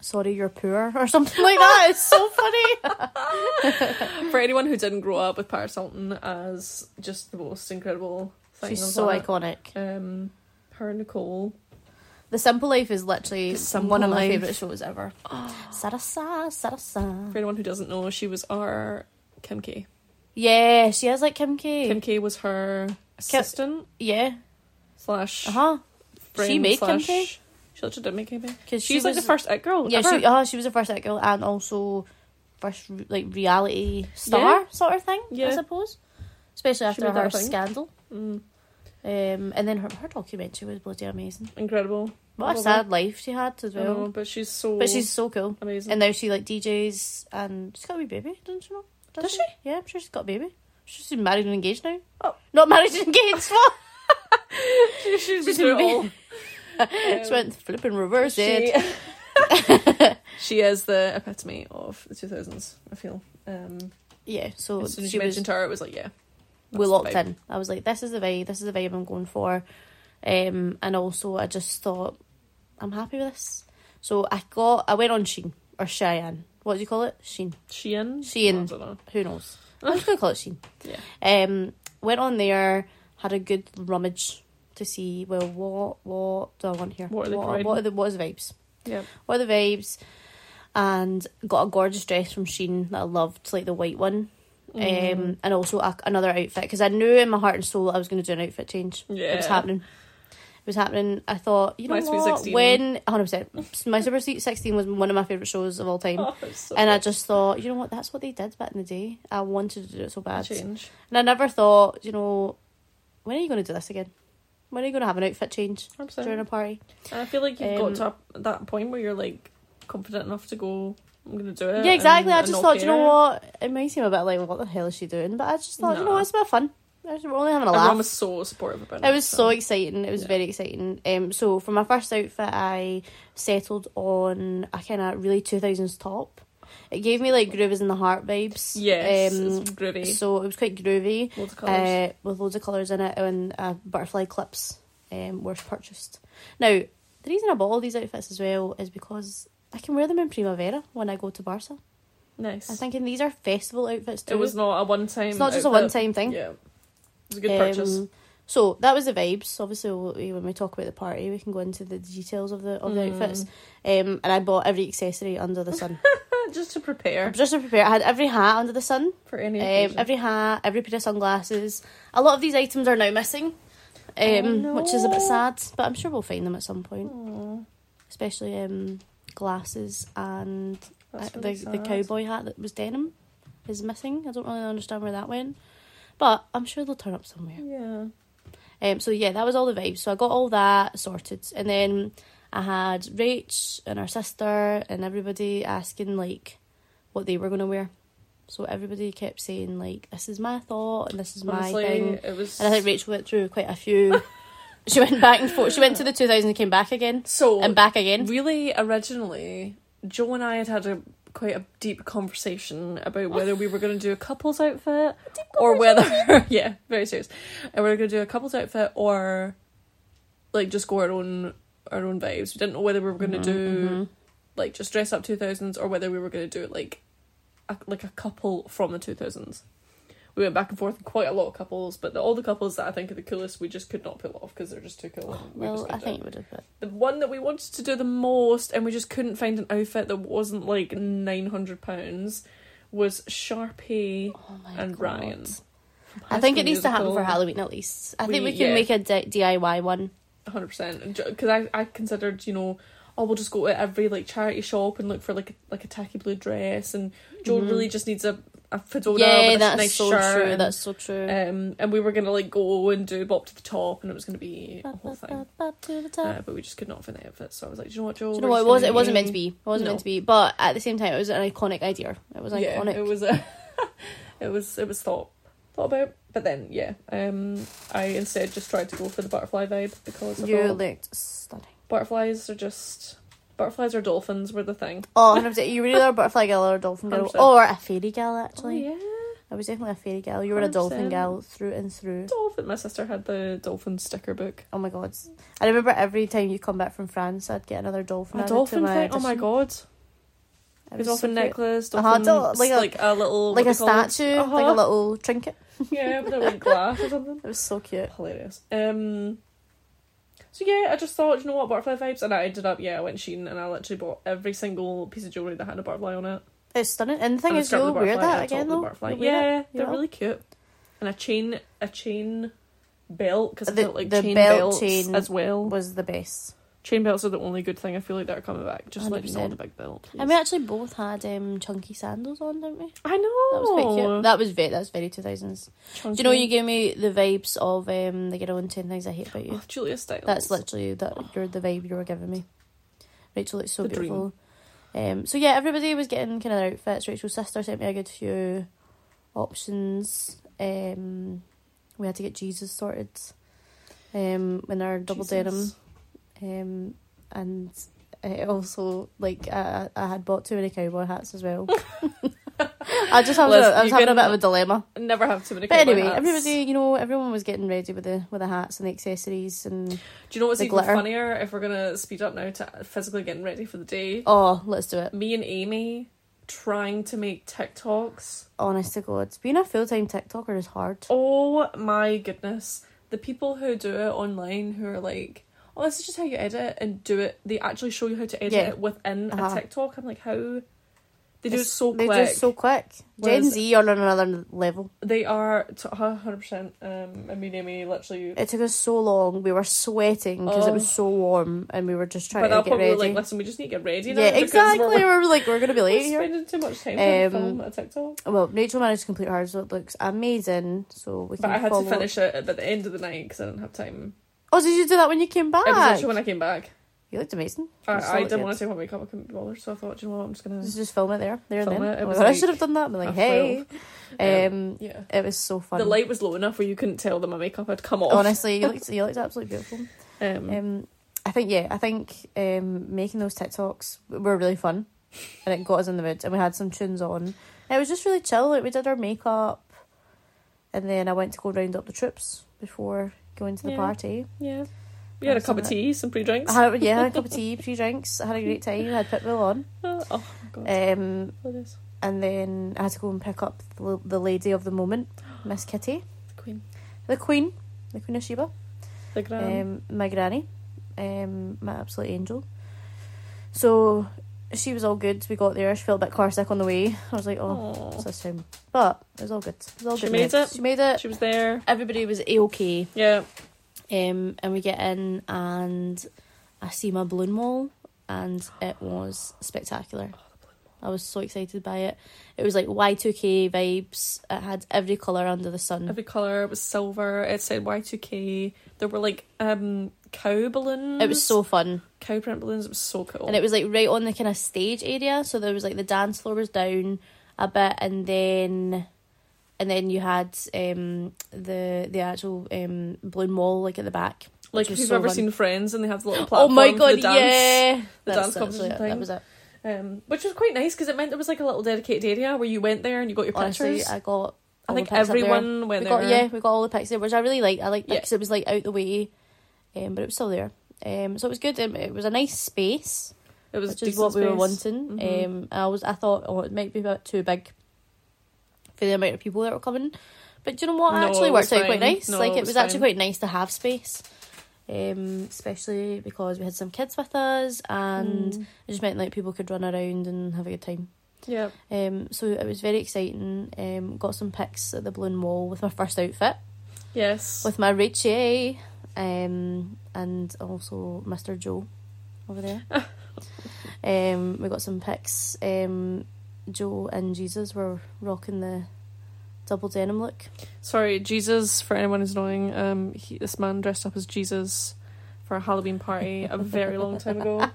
S1: sorry, you're poor, or something like that. It's so funny. "Oh."
S2: For anyone who didn't grow up with Paris Hilton as just the most incredible thing.
S1: She's
S2: on
S1: so
S2: planet.
S1: iconic.
S2: Um, her and Nicole.
S1: The Simple Life is literally
S2: The Simple
S1: one of my
S2: Life.
S1: favourite shows ever. Sarasa, Sarasa.
S2: For anyone who doesn't know, she was our Kim K.
S1: Yeah, she is like Kim K.
S2: Kim K was her assistant
S1: yeah.
S2: slash
S1: Uh huh.
S2: friend
S1: She made Kim
S2: slash.
S1: K.
S2: She literally did make Kim K.
S1: Because
S2: She's like the first it girl.
S1: Yeah,
S2: ever.
S1: she, uh, she was the first it girl and also first re- like reality star sort of thing. I
S2: Yeah.
S1: suppose, especially after her
S2: made that a thing.
S1: scandal.
S2: Mm.
S1: Um, and then her, her documentary was bloody amazing.
S2: Incredible.
S1: What a
S2: Love
S1: sad life she had as
S2: I know,
S1: well.
S2: but she's so.
S1: But she's so cool.
S2: amazing.
S1: And now she like DJs and she's got a wee baby, doesn't she? Not?
S2: Does
S1: Yeah, I'm sure she's got a baby. She's been married and engaged now.
S2: Oh.
S1: Not married and engaged. What?
S2: she's
S1: she's
S2: doing it
S1: amazing.
S2: all.
S1: she went flipping reverse
S2: Oh. she,
S1: it.
S2: she is the epitome of the 2000s, I feel. Um,
S1: Yeah, so
S2: as soon
S1: Oh,
S2: as
S1: she
S2: you
S1: was.
S2: mentioned her, it was like, yeah.
S1: we
S2: that's the
S1: locked
S2: vibe.
S1: in. I was like, this is the vibe. This is the vibe I'm going for. Um, and also I just thought, I'm happy with this. So I got. I went on Sheen or Cheyenne. What do you call it? Sheen.
S2: Shein?
S1: Shein.
S2: I don't know.
S1: Who knows? I'm just gonna call it Sheen.
S2: Yeah.
S1: Um, went on there, had a good rummage to see. Well, what what do I want here?
S2: What are they
S1: what,
S2: providing?
S1: what are the what are the vibes?
S2: Yeah.
S1: What are the vibes? And got a gorgeous dress from Sheen that I loved, like the white one,
S2: Mm.
S1: um, and also a, another outfit because I knew in my heart and soul I was going to do an outfit change. It was
S2: Yeah.
S1: happening. It was happening. I thought, you know
S2: My Sweet
S1: what?
S2: 16.
S1: When 100%. My Super Sweet 16 was one of my favourite shows of all time.
S2: Oh, it's so
S1: and I
S2: good.
S1: just thought, you know what? That's what they did back in the day. I wanted to do it so bad.
S2: change.
S1: And I never thought, you know, when are you going to do this again? When are you going to have an outfit change
S2: 100%.
S1: during a party?
S2: And I feel like you've
S1: Um,
S2: got to a- that point where you're like confident enough to go. Uh, I'm gonna do it.
S1: Yeah, exactly.
S2: and-
S1: I
S2: and
S1: just
S2: not
S1: thought, you know
S2: care."
S1: what? It might seem a bit like, what the hell is she doing? But I just thought, you know
S2: No.
S1: what? It's a bit of fun. We're only having a laugh.
S2: Everyone was so supportive about it.
S1: It was so exciting. It was
S2: Yeah.
S1: very exciting. Um, so for my first outfit, I settled on a kind of really two thousands top. It gave me like grooves in the heart vibes. Um,
S2: yes, it's groovy.
S1: so it was quite groovy,
S2: Loads of colours.
S1: uh, with loads of colours in it, and uh, butterfly clips um, were purchased. Now the reason I bought all these outfits as well is because I can wear them in primavera when I go to Barca.
S2: nice.
S1: I'm thinking these are festival outfits too.
S2: it was not a one time.
S1: It's not just a one time thing.
S2: Yeah, it was a good purchase.
S1: Um, so that was the vibes. Obviously, we'll- we- when we talk about the party, we can go into the details of the of the
S2: Mm.
S1: outfits. Um, and I bought every accessory under the sun.
S2: Mm. Uh, just to prepare
S1: Just to prepare, I had every hat under the sun,
S2: for any
S1: um,
S2: occasion.
S1: every hat, every pair of sunglasses. A lot of these items are now missing, um,
S2: Oh,
S1: which is a bit
S2: no.
S1: sad. But I'm sure we'll find them at some point,
S2: Aw,
S1: especially um, glasses and
S2: that's
S1: uh,
S2: really
S1: the, the
S2: sad.
S1: cowboy hat that was denim is missing. I don't really understand where that went, but I'm sure they'll turn up somewhere.
S2: Yeah,
S1: Um, so yeah, that was all the vibes. So I got all that sorted, and then I had Rach and her sister and everybody asking like what they were gonna wear. So everybody kept saying like, "This is my thought and this is
S2: honestly,
S1: my thing."
S2: it was.
S1: And I think Rachel went through quite a few. she went back and forth. She went to the 2000s and came back again
S2: so
S1: and back again.
S2: Really, originally, Joe and I had had a quite a deep conversation about whether we were going to do a couple's outfit or whether, yeah, very serious, and we were going to do a couple's outfit or like just go our own our own vibes. We didn't know whether we were going
S1: Mm-hmm.
S2: to do like just dress up two thousands or whether we were going to do it like a, like a couple from the two thousands. We went back and forth on quite a lot of couples, but the, all the couples that I think are the coolest, we just could not pull off because they're just too cool. and Oh, we
S1: Well,
S2: just
S1: I
S2: couldn't do it
S1: think it would have been.
S2: the one that we wanted to do the most and we just couldn't find an outfit that wasn't like 900 pounds was sharpie
S1: Oh my
S2: and
S1: God.
S2: ryan
S1: I think it needs to happen for
S2: Halloween.
S1: Halloween at least. I think
S2: We-
S1: we can
S2: yeah.
S1: make a di- DIY one.
S2: 100% because I, I considered you know oh we'll just go to every like charity shop and look for like a, like a tacky blue dress and joe
S1: Mhm.
S2: really just needs a, a fedora
S1: yeah,
S2: with a
S1: that's
S2: nice
S1: so
S2: shirt
S1: true.
S2: and,
S1: that's so true.
S2: um, and we were gonna like go and do bop to the top and it was gonna be a whole thing
S1: to the top.
S2: uh, but we just could not find the outfit so I was like do you know what Joe
S1: Do you
S2: we're
S1: know what? It
S2: just
S1: was.
S2: gonna
S1: It wasn't meant
S2: do-
S1: to be. It wasn't
S2: No.
S1: meant to be. But at the same time, it was an iconic idea. It was
S2: yeah,
S1: iconic.
S2: It was a, it was it was thought thought about, but then yeah, um, I instead just tried to go for the butterfly vibe because I
S1: you
S2: thought
S1: looked stunning.
S2: butterflies are just butterflies or dolphins were the thing.
S1: Oh, 100%. You were either a butterfly gal or a dolphin gal,
S2: 100%.
S1: or a fairy gal.
S2: Oh
S1: Actually,
S2: yeah,
S1: I was definitely a fairy gal. You were a dolphin
S2: 100%.
S1: gal through and through.
S2: dolphin. My sister had the dolphin sticker book.
S1: Oh my god! I remember every time you come back from France, I'd get another dolphin.
S2: A
S1: added to
S2: dolphin
S1: my
S2: thing. Oh my
S1: edition.
S2: god,
S1: It
S2: a
S1: was so
S2: dolphin
S1: cute.
S2: necklace.
S1: Uh-huh,
S2: Dolphin,
S1: dol-
S2: like
S1: like
S2: a
S1: a-
S2: like a little
S1: like
S2: what
S1: a
S2: do you call it?
S1: statue, like
S2: Uh-huh.
S1: a little trinket.
S2: yeah, with a little glass or something.
S1: It was so cute.
S2: hilarious. Um, so yeah, I just thought, you know what, butterfly vibes, and I ended up, yeah, I went Sheen and I literally bought every single piece of jewelry that had a butterfly on it.
S1: It's stunning. And the thing
S2: and I
S1: is,
S2: start
S1: you'll
S2: with the
S1: wear
S2: butterfly
S1: that
S2: and I top
S1: again
S2: with the
S1: though.
S2: butterfly.
S1: You'll wear that.
S2: Yeah,
S1: You
S2: they're
S1: will.
S2: really cute, and a chain, a chain belt because I
S1: The-
S2: felt like
S1: the
S2: chain
S1: belt
S2: belts
S1: chain
S2: as well.
S1: was the best.
S2: Chain belts are the only good thing I feel like that are coming back. Just like
S1: 100%.
S2: solid a big belt.
S1: And we actually both had um, chunky sandals on, didn't we?
S2: I know.
S1: That was quite cute. That was very, that was very 2000s. Do you know you gave me the vibes of um, the girl in 10 Things I Hate About You?
S2: Oh, Julia Stiles.
S1: That's literally that you're the vibe you were giving me. Rachel looks so
S2: The
S1: beautiful. Um so yeah, everybody was getting kind of their outfits. Rachel's sister sent me a good few options. Um we had to get Jesus sorted. Um in our double
S2: Jesus.
S1: denim. Um and I also like I, I had bought too many cowboy hats as well. I just have
S2: Liz,
S1: a, I was
S2: you
S1: having a
S2: can-
S1: bit of a dilemma.
S2: Never have too many.
S1: But
S2: cowboy
S1: anyway,
S2: hats.
S1: everybody, you know, everyone was getting ready with the with the hats and the accessories and
S2: Do you know what's
S1: the
S2: even
S1: glitter.
S2: funnier? If we're gonna speed up now to physically getting ready for the day,
S1: oh, let's do it.
S2: me and Amy trying to make TikToks.
S1: Honest to God, being a full time TikToker is hard.
S2: Oh my goodness! The people who do it online who are like, "Oh, this is just how you edit and do it." They actually show you how to edit
S1: Yeah.
S2: it within
S1: Uh-huh.
S2: a TikTok. I'm like, how? They do it
S1: It's-
S2: so
S1: they
S2: quick.
S1: do it so quick. Gen
S2: Whereas-
S1: Z are on another level.
S2: They are t- 100%. Um, I mean, Amy, literally.
S1: It took us so long. We were sweating because it was
S2: Oh.
S1: so warm, and we were just trying
S2: By
S1: to
S2: that
S1: get
S2: point, we
S1: ready.
S2: were like, listen, we just need to get ready now.
S1: yeah,
S2: because
S1: exactly. We
S2: We're,
S1: were like, we're gonna be
S2: we're
S1: late here.
S2: spending too much time trying to
S1: Um,
S2: film a TikTok.
S1: Well, Rachel managed to complete hers. so It looks amazing. So we can.
S2: But I had to
S1: follow-
S2: finish it at the end of the night because I didn't have time.
S1: Oh, did you do that when you came back?
S2: It was actually when I came back.
S1: you looked amazing.
S2: I,
S1: You still
S2: I
S1: look
S2: didn't
S1: good.
S2: want to take my makeup. I couldn't be bothered. So I thought, "Do you know what, I'm just going
S1: Just,
S2: to...
S1: just film it there, there
S2: Film
S1: and then.
S2: it. It
S1: I'm
S2: was
S1: like, I
S2: like
S1: should have done that. But like,
S2: half
S1: hey,
S2: twelve.
S1: um,
S2: Yeah.
S1: it was so fun.
S2: The light was low enough where you couldn't tell that my makeup had come off.
S1: Honestly, you looked you looked absolutely beautiful.
S2: Um,
S1: Um, I think yeah, I think um, making those TikToks were really fun, and it got us in the mood. And we had some tunes on. And it was just really chill. Like we did our makeup, and then I went to go round up the troops before going to the
S2: Yeah.
S1: party.
S2: yeah. We had a
S1: That's
S2: cup of
S1: it.
S2: tea, some free drinks.
S1: I had, Uh-huh, yeah, I had a cup of tea, few drinks. I had a great time. I had Pitbull on,
S2: oh, oh, God.
S1: um,
S2: What is-
S1: and then I had to go and pick up the, the lady of the moment, Miss Kitty,
S2: Queen.
S1: the Queen, the Queen of Sheba.
S2: The grand.
S1: um, my granny, um, my absolute angel. So she was all good. We got there. She felt a bit car sick on the way. I was like, oh,
S2: Aw.
S1: it's this time. But it was all good. It was all
S2: She
S1: good.
S2: made
S1: mates.
S2: it.
S1: She made it.
S2: She was there.
S1: Everybody was a okay.
S2: Yeah.
S1: Um, and we get in, and I see my balloon wall, and it was spectacular. I was so excited by it. It was like Y two K vibes. It had every color under the sun.
S2: Every colour was silver. It said Y2K. There were like um cow balloons.
S1: It was so fun.
S2: cow print balloons. It was so cool.
S1: and it was like right on the kind of stage area so there was like the dance floor was down a bit and then and then you had um the the actual um balloon wall like at the back
S2: like
S1: which
S2: if
S1: was
S2: you've
S1: so
S2: ever
S1: fun.
S2: seen Friends and they have the little
S1: oh
S2: platform
S1: my
S2: for
S1: god
S2: the dance,
S1: yeah
S2: the
S1: That's
S2: dance
S1: literally
S2: competition
S1: it.
S2: thing.
S1: that was it
S2: um, which was quite nice because it meant there was like a little dedicated area where you went there and you got your
S1: honestly
S2: pictures.
S1: i got
S2: I
S1: all
S2: think
S1: the pics up there.
S2: everyone went
S1: we got
S2: there.
S1: yeah we got all the pics there which i really liked i liked that
S2: Yeah.
S1: 'cause it was like out the way um but it was still there um so it was good um, it was a nice space
S2: it was
S1: which is
S2: decent
S1: what we were
S2: space.
S1: wanting.
S2: Mhm.
S1: Um, I was I thought, oh, it might be a bit too big for the amount of people that were coming, but do you know what? It
S2: No,
S1: actually
S2: it
S1: worked
S2: was
S1: out quite
S2: fine.
S1: nice.
S2: No,
S1: like
S2: it
S1: it was,
S2: was
S1: actually
S2: fine.
S1: quite nice to have space, um, especially because we had some kids with us, and
S2: Mm.
S1: it just meant like people could run around and have a good time.
S2: yeah,
S1: Um, so it was very exciting. Um, got some pics at the balloon wall with my first outfit
S2: yes,
S1: with my Richie, um, and also Mr. Joe over there. um, we got some pics. Um, Joe and Jesus were rocking the double denim look.
S2: Sorry, Jesus. For anyone who's knowing, um, he, this man dressed up as Jesus for a Halloween party a very long time ago,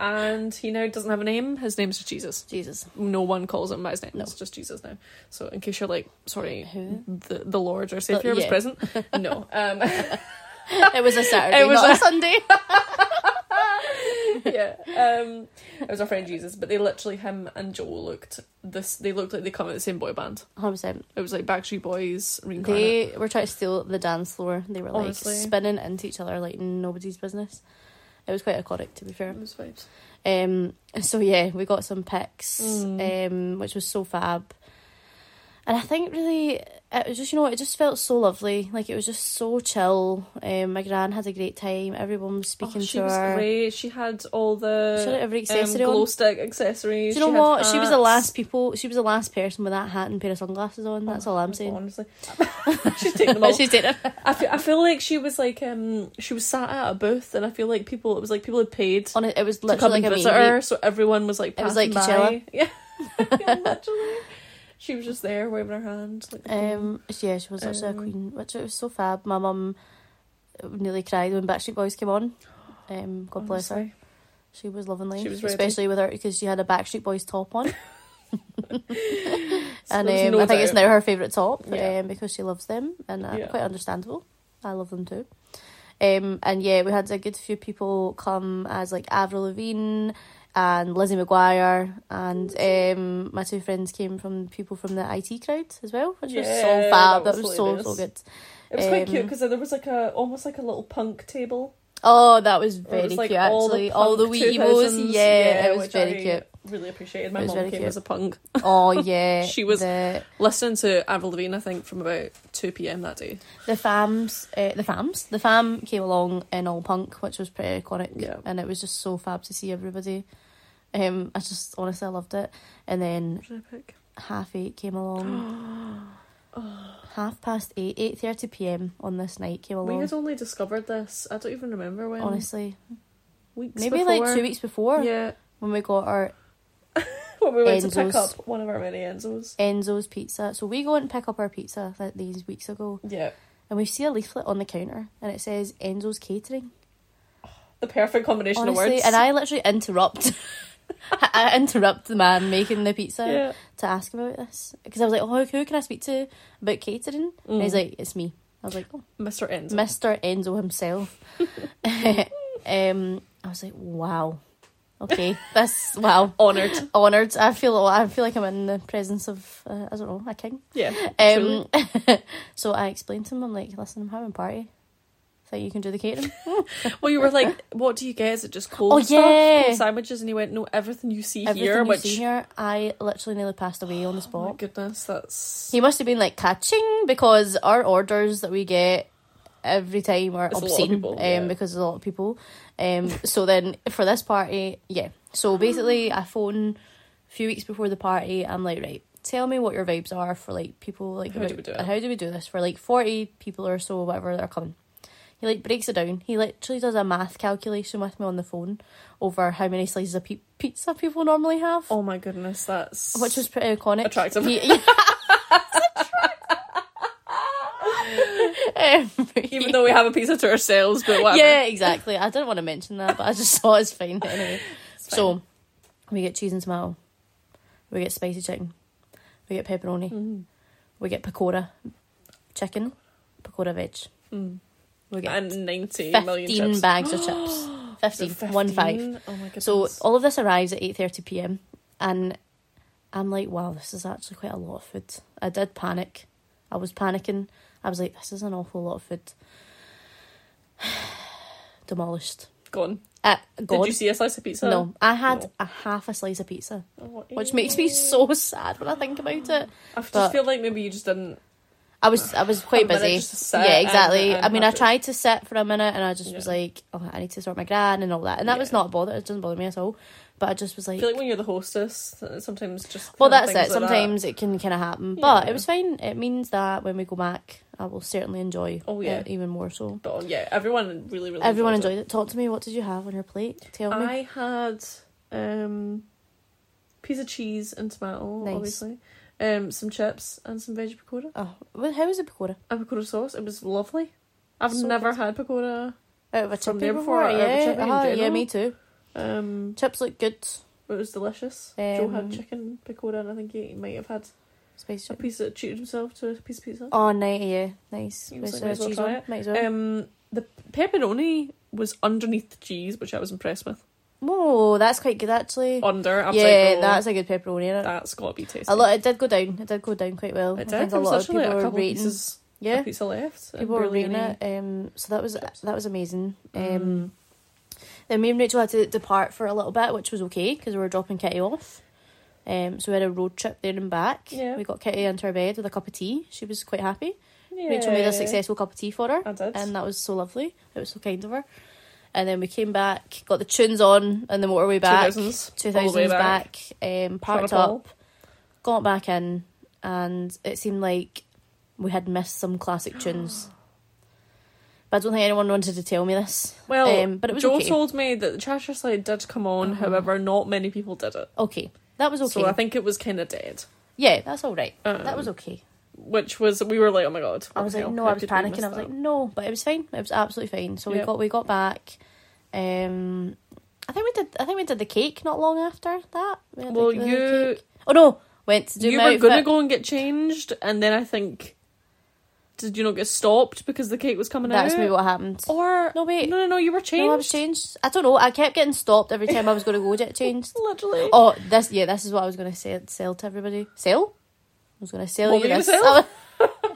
S2: and he now doesn't have a name. His name's just Jesus.
S1: Jesus.
S2: No one calls him by his name.
S1: No.
S2: It's just Jesus now. So in case you're like, sorry,
S1: Who?
S2: the the Lord or Savior was
S1: yeah.
S2: present. No, um,
S1: It was a Saturday,
S2: It was
S1: not a,
S2: a-
S1: Sunday.
S2: yeah, um, it was our friend Jesus. But they literally him and Joel looked this. They looked like they come out of the same boy band.
S1: 100%.
S2: It was like Backstreet Boys reincarnate.
S1: They were trying to steal the dance floor. They were like
S2: Honestly.
S1: spinning into each other like nobody's business. It was quite iconic, to be fair.
S2: It was vibes.
S1: Um, so yeah, we got some pics,
S2: Mm.
S1: um, which was so fab. And I think really, it was just you know it just felt so lovely. Like it was just so chill. Um, my gran had a great time. Everyone was
S2: Oh,
S1: speaking
S2: she
S1: to
S2: was
S1: her.
S2: great. She had all
S1: She had
S2: the
S1: every
S2: um,
S1: accessory on.
S2: glow stick accessories.
S1: Do you know
S2: had
S1: what? She was the
S2: hats.
S1: last people. She was the last person with that hat and pair of sunglasses on.
S2: Oh,
S1: That's all I'm saying.
S2: Honestly, she's taking them all.
S1: She did it.
S2: I feel, I feel like she was like um she was sat at a booth, and I feel like people it was like people had paid
S1: On it, it was
S2: to come
S1: literally like a
S2: and
S1: meet
S2: visit
S1: and greet.
S2: her, so everyone was like
S1: It was
S2: passing
S1: like
S2: by. Yeah, yeah, literally. She was just there waving her hand. Like,
S1: Um, yeah, she was actually
S2: Um,
S1: a queen, which it was so fab. My mum nearly cried when Backstreet Boys came on. Um, God bless her.
S2: honestly.
S1: She was loving life,
S2: She was ready.
S1: especially with her because she had a Backstreet Boys top on,
S2: So
S1: and
S2: there's
S1: um,
S2: no
S1: I think it's
S2: doubt.
S1: now her favourite top
S2: Yeah.
S1: um, because she loves them, and uh,
S2: Yeah.
S1: quite understandable. I love them too. Um, and yeah, we had a good few people come as like Avril Lavigne and Lizzie McGuire, and um, my two friends came from people from the IT crowd as well, which was so
S2: Yeah,
S1: fab.
S2: that
S1: That was,
S2: was
S1: so
S2: hilarious.
S1: so good.
S2: It was quite cute
S1: um,
S2: because there was like a almost like a little punk table.
S1: Oh, that was
S2: where it
S1: very
S2: was, like,
S1: cute. Actually, all the
S2: punk
S1: wee emos,
S2: 2000s,
S1: yeah, it was
S2: which
S1: very
S2: I
S1: cute.
S2: Really appreciated.
S1: It
S2: My
S1: was
S2: mom
S1: very
S2: came
S1: cute.
S2: as a punk.
S1: Oh yeah,
S2: She was-
S1: the,
S2: Listening to Avril Lavigne, I think from about two p.m. that day.
S1: the fams, uh, the fams, the fam came along in all punk, which was pretty iconic,
S2: Yeah.
S1: and it was just so fab to see everybody. Um, I just honestly I loved it, and then
S2: What did I pick?
S1: half eight came along, half past eight, eight thirty p.m. on this night came
S2: we
S1: along.
S2: had only discovered this. I don't even remember when.
S1: Honestly,
S2: weeks
S1: maybe like
S2: before.
S1: two weeks before
S2: Yeah,
S1: when we got our
S2: when we went to pick
S1: Enzo's.
S2: up one of our many Enzos.
S1: Enzo's pizza. So we go and pick up our pizza like these weeks ago.
S2: Yeah,
S1: and we see a leaflet on the counter and it says Enzo's Catering.
S2: the perfect combination of
S1: Honestly,
S2: words.
S1: and I literally interrupt. I interrupt the man making the pizza
S2: yeah.
S1: to ask him about this because I was like, "Oh, who can I speak to about catering?" And he's
S2: Mm.
S1: like, "It's me." I was like, oh,
S2: Mr. Enzo.
S1: "Mr. Enzo himself." um, I was like, "Wow, okay, that's wow."
S2: Honored.
S1: Honored. I feel. oh, I feel like I'm in the presence of uh, I don't know a king.
S2: Yeah.
S1: Um,
S2: truly.
S1: so I explained to him, I'm like, listen, I'm having a party. Think you can do the catering?
S2: well, you were like, "What do you get? Is it just cold
S1: Oh,
S2: stuff,
S1: yeah.
S2: cold sandwiches?" And he went, "No, everything you see
S1: Everything
S2: here."
S1: you
S2: which
S1: see here, I literally nearly passed away on the
S2: oh my
S1: spot.
S2: goodness, that's
S1: he must have been like catching because our orders that we get every time are
S2: It's a lot of
S1: obscene
S2: people,
S1: um,
S2: yeah.
S1: because there's a lot of people. Um, so then for this party, yeah. So basically, I phone a few weeks before the party. I'm like, right, tell me what your vibes are for like people like
S2: How do we do it?
S1: How do we do this for like forty people or so, whatever that are coming. He like breaks it down. He literally does a math calculation with me on the phone over how many slices of pe- pizza people normally have,
S2: oh my goodness, that's
S1: which was pretty iconic.
S2: attractive.
S1: He- yeah. Um,
S2: even though we have a pizza to ourselves, but whatever.
S1: yeah, exactly. I didn't want to mention that, but I just thought it's fine anyway.
S2: fine.
S1: So we get cheese and tomato, we get spicy chicken, we get pepperoni,
S2: Mm.
S1: we get pakora chicken, pakora veg,
S2: Mm.
S1: we get
S2: And ninety million
S1: fifteen
S2: chips.
S1: bags of chips, 15,
S2: So
S1: one five.
S2: 15? Oh my goodness.
S1: So all of this arrives at eight thirty p.m. and I'm like, wow, this is actually quite a lot of food. I did panic. I was panicking. I was like, this is an awful lot of food. Demolished.
S2: gone.
S1: Uh,
S2: Did
S1: gone.
S2: you see a slice of pizza?
S1: No, I had
S2: No.
S1: a half a slice of pizza,
S2: Oh,
S1: which makes me
S2: ew.
S1: so sad when I think about it.
S2: I just
S1: but-
S2: feel like maybe you just didn't.
S1: I was I was quite
S2: A minute
S1: busy.
S2: just to sit
S1: Yeah,
S2: and-
S1: exactly.
S2: and
S1: I mean, I
S2: have it.
S1: tried to sit for a minute, and I just was
S2: Yeah.
S1: like, oh, I need to sort my gran and all that, and that was
S2: Yeah.
S1: not a bother. It doesn't bother me at all. But I just was
S2: I
S1: like,
S2: feel like when you're the hostess, sometimes just.
S1: well,
S2: kinda
S1: that's
S2: things
S1: it.
S2: like that-
S1: Sometimes it can kind of happen, but
S2: Yeah.
S1: it was fine. It means that when we go back, I will certainly enjoy.
S2: Oh,
S1: it
S2: yeah.
S1: even more so.
S2: But um, yeah, everyone really, really.
S1: Everyone enjoyed it. Talk to me. What did you have on your plate? Tell me.
S2: I had um, piece of cheese and tomato,
S1: Nice.
S2: obviously. Um, some chips and some veggie pakoda
S1: Oh, well, how was the pakora?
S2: and pakoda sauce. It was lovely. I've
S1: So
S2: never
S1: good.
S2: had pakoda.
S1: Out of a
S2: From
S1: chippy
S2: there
S1: before,
S2: before, out of a
S1: yeah,
S2: chippy in
S1: Ah, yeah,
S2: general.
S1: me too.
S2: Um,
S1: Chips look good.
S2: it was delicious. Joe
S1: Um,
S2: had chicken pakoda, and I think he might have had
S1: Spicy
S2: a
S1: chips.
S2: piece of treated himself to a piece of pizza.
S1: Oh, night, yeah, nice.
S2: He
S1: With
S2: was like,
S1: the
S2: might as well
S1: cheese
S2: try
S1: on,
S2: it.
S1: might as well.
S2: Um, the pepperoni was underneath the cheese, which I was impressed with.
S1: Whoa, that's quite good actually.
S2: Under, I was
S1: yeah,
S2: like, oh,
S1: that's a good pepperoni. In it.
S2: that's gotta be tasty.
S1: A lot. It did go down. It did go down quite well.
S2: It
S1: I
S2: did.
S1: think
S2: There
S1: a lot
S2: was
S1: of people
S2: literally a
S1: were
S2: couple
S1: rating.
S2: pieces, a
S1: yeah,
S2: pizza left. and
S1: people were
S2: barely
S1: rating
S2: any-
S1: it. Um, so that was
S2: chips.
S1: that was amazing. Um,
S2: Mm.
S1: Then me and Rachel had to depart for a little bit, which was okay because we were dropping Kitty off. Um, so we had a road trip there and back.
S2: Yeah.
S1: We got Kitty into her bed with a cup of tea. She was quite happy.
S2: Mm. Yeah.
S1: Rachel made a successful cup of tea for her,
S2: I did.
S1: and that was so lovely. It was so kind of her. And then we came back, got the tunes on on the motorway back.
S2: 2000s, all the
S1: 2000s
S2: way back.
S1: back. Um,
S2: Shot
S1: parked
S2: a ball.
S1: up, got back in, and it seemed like we had missed some classic tunes. But I don't think anyone wanted to tell me this.
S2: Well,
S1: um, but it was
S2: Joe
S1: okay.
S2: told me that the Cheshire Slide did come on, however, not many people did it.
S1: Okay, that was okay.
S2: So I think it was kind of dead.
S1: yeah, that's all right. that
S2: Um,
S1: was okay.
S2: Which was, we were like, oh my god.
S1: I
S2: what
S1: was
S2: the
S1: like,
S2: hell,
S1: no,
S2: how
S1: I was
S2: did we
S1: panicking.
S2: miss
S1: I was like,
S2: that?
S1: no, but it was fine. It was absolutely fine. So we
S2: Yep.
S1: got we got back. Um, I think we did. I think we did the cake not long after that. We had the-
S2: well,
S1: we had the
S2: you
S1: cake. Oh no, went to do
S2: you
S1: my
S2: were gonna
S1: outfit.
S2: go and get changed, and then I think did you not get stopped because the cake was coming
S1: That's
S2: out?
S1: maybe what happened.
S2: Or
S1: No, wait.
S2: Oh, no, no, no, you were changed.
S1: No, I was changed. I don't know. I kept getting stopped every time I was going to go get changed.
S2: Literally.
S1: Oh, this yeah, this is what I was going to say sell to everybody. Sell. I was going to sell
S2: What
S1: you
S2: were you
S1: this.
S2: gonna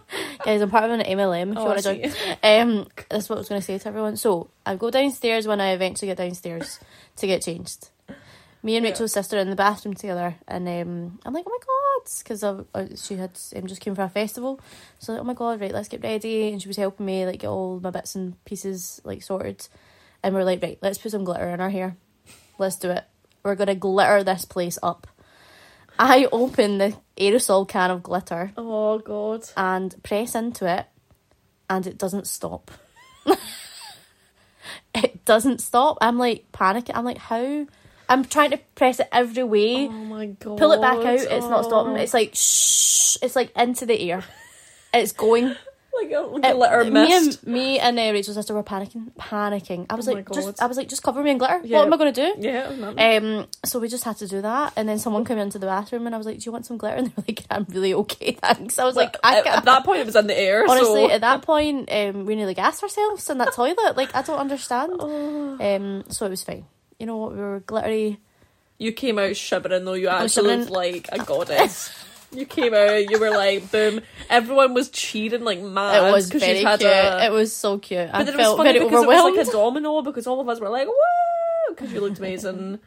S1: Guys, I'm part of an MLM. If
S2: Oh,
S1: you want to
S2: I
S1: join. Um, that's what I was going to say to everyone. So I go downstairs when I eventually get downstairs to get changed. Me and
S2: Yeah.
S1: Rachel's sister are in the bathroom together, and um, I'm like, oh my god, because she had um, just came for a festival, so like, oh my god, right, let's get ready, and she was helping me like get all my bits and pieces like sorted, and we're like, right, let's put some glitter in our hair, let's do it, we're gonna glitter this place up. I open the aerosol can of glitter
S2: Oh god.
S1: and press into it, and it doesn't stop. it doesn't stop. I'm like panicking. I'm like, how? I'm trying to press it every way,
S2: Oh my god.
S1: pull it back out. It's not stopping.
S2: Oh.
S1: It's like shh. It's like into the air. It's going.
S2: like oh, a
S1: It-
S2: glitter
S1: uh, me
S2: mist.
S1: and me and uh, Rachel's sister were panicking, panicking. I was
S2: Oh my
S1: like, just
S2: God.
S1: I was like, just cover me in glitter.
S2: Yeah.
S1: What am I gonna do?
S2: yeah. man.
S1: Um, so we just had to do that, and then someone came into the bathroom, and I was like, "Do you want some glitter?" And they were like, "I'm really okay, thanks." I was like, "I
S2: at,
S1: can't."
S2: at that point, it was in the air.
S1: Honestly,
S2: so.
S1: at that point, um, we nearly gassed ourselves in that toilet. Like, I don't understand.
S2: Oh.
S1: Um, so it was fine. You know what? We were glittery.
S2: You came out shivering though. You
S1: I was
S2: actually
S1: shivering.
S2: looked like a goddess. you came out. You were like boom. Everyone was cheating like mad.
S1: it was
S2: 'cause
S1: very
S2: she'd
S1: cute.
S2: had a-
S1: It was so cute. I
S2: But then it was
S1: felt
S2: funny
S1: very
S2: because
S1: overwhelmed.
S2: it was like a domino because all of us were like, "Woo!" because you looked amazing.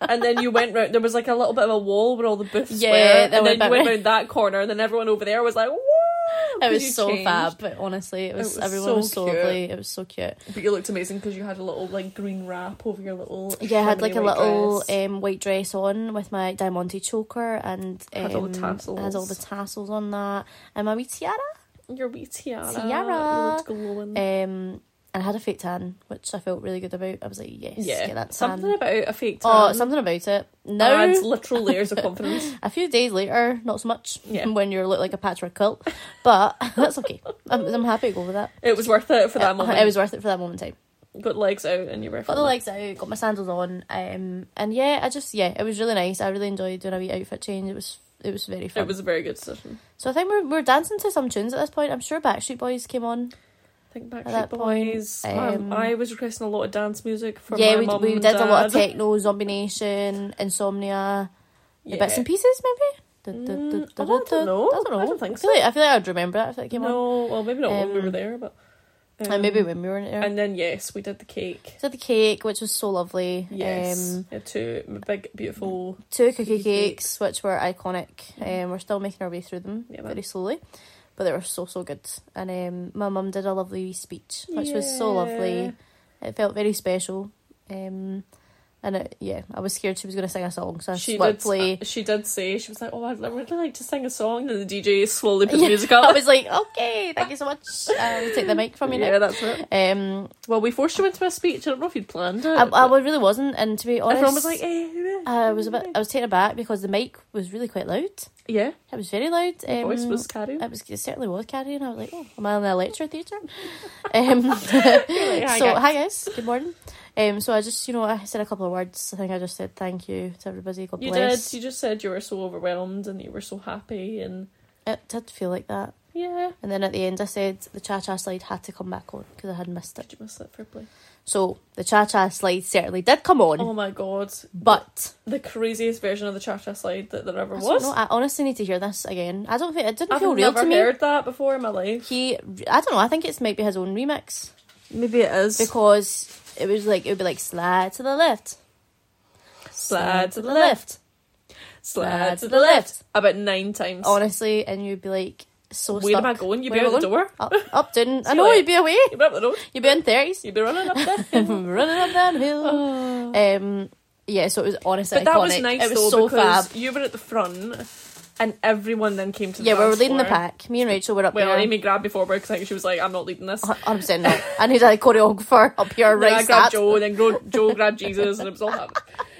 S2: and then you went round. There was like a little bit of a wall where all the booths
S1: Yeah,
S2: were,
S1: they went
S2: and then
S1: back
S2: you went
S1: round.
S2: round that corner, and then everyone over there was like, "Woo!"
S1: It
S2: 'cause
S1: was
S2: you
S1: so
S2: changed.
S1: fab, but honestly, it was,
S2: was
S1: everyone
S2: so
S1: was so
S2: cute.
S1: lovely. It was so cute.
S2: But you looked amazing because you had a little like green wrap over your little.
S1: Yeah, I had like a
S2: lemony white
S1: little
S2: dress.
S1: um, white dress on with my diamante choker and um,
S2: Had all the
S1: had all the
S2: tassels.
S1: tassels on that, and my wee tiara.
S2: your wee tiara.
S1: tiara.
S2: You looked glowing.
S1: Um, and I had a fake tan, which I felt really good about. I was like, yes,
S2: yeah,
S1: get that tan.
S2: something about a fake tan.
S1: Oh, something about it. Now,
S2: adds literal layers of confidence.
S1: a few days later, not so much.
S2: Yeah.
S1: When you look like a patchwork quilt, but that's okay. I'm, I'm happy to go with that.
S2: It was worth it for that moment.
S1: Uh, It was worth it for that moment in time.
S2: got legs out and you were.
S1: Got the
S2: feeling it.
S1: legs out, got my sandals on, um, and yeah, I just yeah, it was really nice. I really enjoyed doing a wee outfit change. It was it was very fun.
S2: It was a very good decision.
S1: So I think we're we're dancing to some tunes at this point. I'm sure Backstreet Boys came on.
S2: think
S1: that
S2: Backstreet
S1: point,
S2: Boys. um,
S1: um,
S2: I was requesting a lot of dance music for
S1: yeah,
S2: my
S1: we,
S2: mum
S1: we
S2: and
S1: did a lot of
S2: dad.
S1: techno, Zombie Nation, Insomnia. the
S2: Yeah.
S1: bits and pieces, maybe. Du- du-
S2: Mm,
S1: du- du-
S2: oh, I
S1: du-
S2: don't know.
S1: I don't know.
S2: I don't think
S1: feel like I feel like I'd remember it if it came on.
S2: No, well, maybe not when we were
S1: Um,
S2: there, but um,
S1: And maybe when we weren't there.
S2: And then yes, we did the cake.
S1: So the cake, which was so lovely.
S2: Yes,
S1: Um,
S2: yeah, two big beautiful.
S1: two cookie
S2: Cookie
S1: cakes, which were iconic.
S2: Mhm.
S1: Um, we're still making our way through them
S2: Yeah,
S1: very
S2: man.
S1: slowly, but they were so so good. And um, my mum did a lovely wee speech, which was so lovely. It felt very special. Um, and it, yeah, I was scared she was going to sing a song, so I
S2: She did. uh,
S1: swiftly.
S2: She did say she was like, "Oh, I'd really like to sing a song," and the DJ slowly put
S1: Yeah,
S2: the music
S1: I
S2: up.
S1: was like, okay, thank you so much. I'll take the mic from you
S2: yeah,
S1: now.
S2: that's it.
S1: Um,
S2: Well, we forced you into a speech. I don't know if you'd planned it.
S1: I, I
S2: but
S1: really wasn't, and to be honest,
S2: everyone was like, eh, hooray,
S1: I was a bit,
S2: hooray."
S1: I was taken aback because the mic was really quite loud. It
S2: eh." Yeah,
S1: was very loud. Um,
S2: voice was carrying.
S1: It was it certainly was carrying. I was like, oh, am I in a lecture theatre? um,
S2: "Hi,
S1: so
S2: guys."
S1: hi guys, good morning. Um, so I just, you know, I said a couple of words. I think I just said thank you to everybody. God
S2: You
S1: bless.
S2: did. You just said you were so overwhelmed and you were so happy and
S1: It did feel like that.
S2: yeah.
S1: And then at the end, I said the cha cha slide had to come back on because I had missed it.
S2: Did you miss that for play?
S1: So the cha cha slide certainly did come on,
S2: Oh my god!
S1: but
S2: The craziest version of the cha cha slide that there ever
S1: I don't
S2: was.
S1: know, I honestly need to hear this again. I don't think it didn't
S2: I've
S1: feel real
S2: never
S1: to me.
S2: heard that before in my life.
S1: He, I don't know. I think it's might be his own remix
S2: Maybe it is.
S1: because it was like it would be like slide to the left,
S2: Slide to the
S1: left,
S2: slide to the left about nine times.
S1: honestly, and you'd be like Oh, so
S2: Where
S1: stuck.
S2: am I going? You'd be
S1: Where
S2: out
S1: am I
S2: the door.
S1: Up, up, down. I
S2: you
S1: know
S2: later.
S1: you'd be away.
S2: You'd be up the road.
S1: You'd be in thirties,
S2: You'd be running up there. Oh.
S1: running up that hill. Um, yeah, so it was honestly
S2: But that was
S1: iconic.
S2: nice
S1: It was
S2: though
S1: so
S2: because
S1: fab.
S2: you were at the front, and everyone then came to the
S1: Yeah, we were
S2: dance
S1: leading the
S2: floor.
S1: pack. Me and Rachel were up
S2: Well,
S1: there.
S2: Amy grabbed before because I think she was like, "I'm not leading this."
S1: Hun- 100% not. I need a choreographer up here
S2: Then I
S1: right
S2: grabbed
S1: stat.
S2: Joe, then Gro- Joe grabbed Jesus, and it was all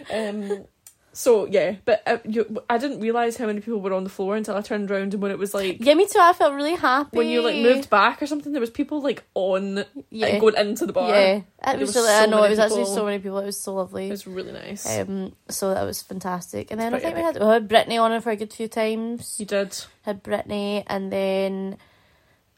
S2: happening. Um, so yeah, but uh, you, I didn't realize how many people were on the floor until I turned around and when it was like
S1: Yeah, me too. I felt really happy.
S2: when you like moved back or something, there was people like on
S1: yeah.
S2: and going into the bar.
S1: Yeah, it
S2: There
S1: was,
S2: was
S1: really. I
S2: so
S1: know it
S2: many
S1: was actually
S2: people.
S1: so many people. It was so lovely.
S2: It was really nice.
S1: um, so that was fantastic. And
S2: It's
S1: then I
S2: pretty
S1: think we had, we had Brittany on it for a good few times.
S2: you did.
S1: Had Brittany, and then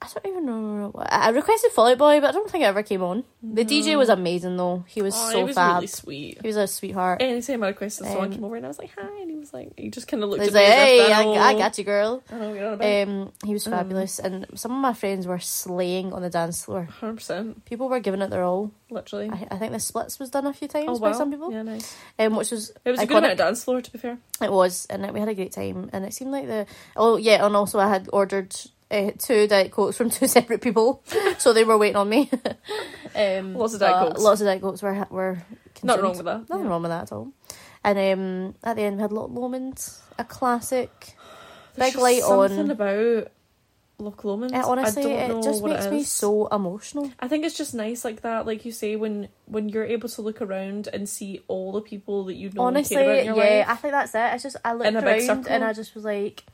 S1: I don't even know. What, I I requested Fall Out Boy, but I don't think it ever came on. The DJ was amazing though. He was
S2: Mm. Oh,
S1: so
S2: it was
S1: fab.
S2: really sweet.
S1: He was a sweetheart.
S2: Anytime I requested someone
S1: Um,
S2: came over and I was like, "Hi," and he was like, he just kind of looked
S1: He's
S2: at
S1: like,
S2: me. as
S1: hey,
S2: if,
S1: I,
S2: know-
S1: I got you, girl.
S2: I know what you're on about.
S1: Um, he was
S2: Mm.
S1: fabulous, and some of my friends were slaying on the dance floor.
S2: Hundred percent,
S1: People were giving it their all.
S2: literally.
S1: Um,
S2: Oh,
S1: I, I think the splits was done a few times by
S2: wow.
S1: some people,
S2: Yeah, nice.
S1: um, which was
S2: It was a
S1: iconic.
S2: good amount of dance floor, to be fair.
S1: It was, and we had a great time. And it seemed like the oh yeah, and also I had ordered uh, two diet cokes from two separate people, so they were waiting on me. um,
S2: Lots of Diet
S1: but
S2: Cokes.
S1: Lots of diet cokes were ha- were consumed.
S2: Not wrong with that.
S1: nothing wrong with that at all. And um, at the end we had Lot Lomond, a classic. Big
S2: There's just
S1: light on.
S2: Something about Loch Lomond.
S1: It, Eh, honestly,
S2: I don't know
S1: it just
S2: what
S1: makes
S2: it
S1: me
S2: is.
S1: so emotional.
S2: I think it's just nice like that, like you say, when when you're able to look around and see all the people that you know
S1: Honestly,
S2: and care about
S1: yeah,
S2: in your life.
S1: I think that's it. It's just I looked
S2: In a big
S1: around
S2: circle.
S1: and I just was like,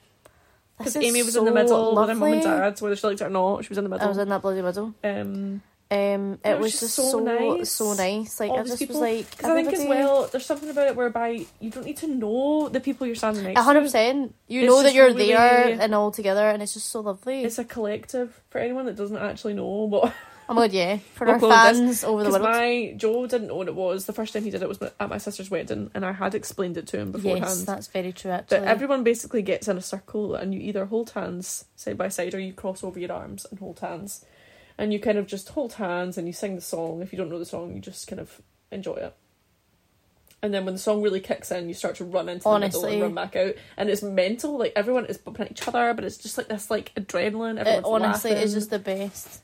S1: this
S2: Because
S1: is
S2: Amy was
S1: so
S2: in the middle,
S1: lovely.
S2: with her mum and dad's, whether she liked it or not, she was in the middle.
S1: I was in that bloody middle.
S2: um,
S1: Um, it, was, just so so nice. Like
S2: All
S1: I
S2: these
S1: just was
S2: people-
S1: like,
S2: because I think as
S1: everybody-
S2: well, there's something about it whereby you don't need to know the people you're standing next.
S1: A hundred
S2: to.
S1: percent. You
S2: It's
S1: know that
S2: just
S1: you're
S2: really-
S1: there and all together, and it's just so lovely.
S2: It's a collective for anyone that doesn't actually know what.
S1: oh my god, yeah, for
S2: We'll
S1: our
S2: call this-
S1: fans over the
S2: Because
S1: world.
S2: my Joe didn't know what it was. The first time he did it was at my sister's wedding, and I had explained it to him beforehand.
S1: yes, that's very true. Actually,
S2: But everyone basically gets in a circle and you either hold hands side by side or you cross over your arms and hold hands. And you kind of just hold hands and you sing the song. If you don't know the song, you just kind of enjoy it. And then when the song really kicks in, you start to run into the middle
S1: Honestly.
S2: and run back out. And it's mental, like everyone is bumping at each other, but it's just like this like adrenaline. Everyone's
S1: it honestly
S2: laughing.
S1: is just the best.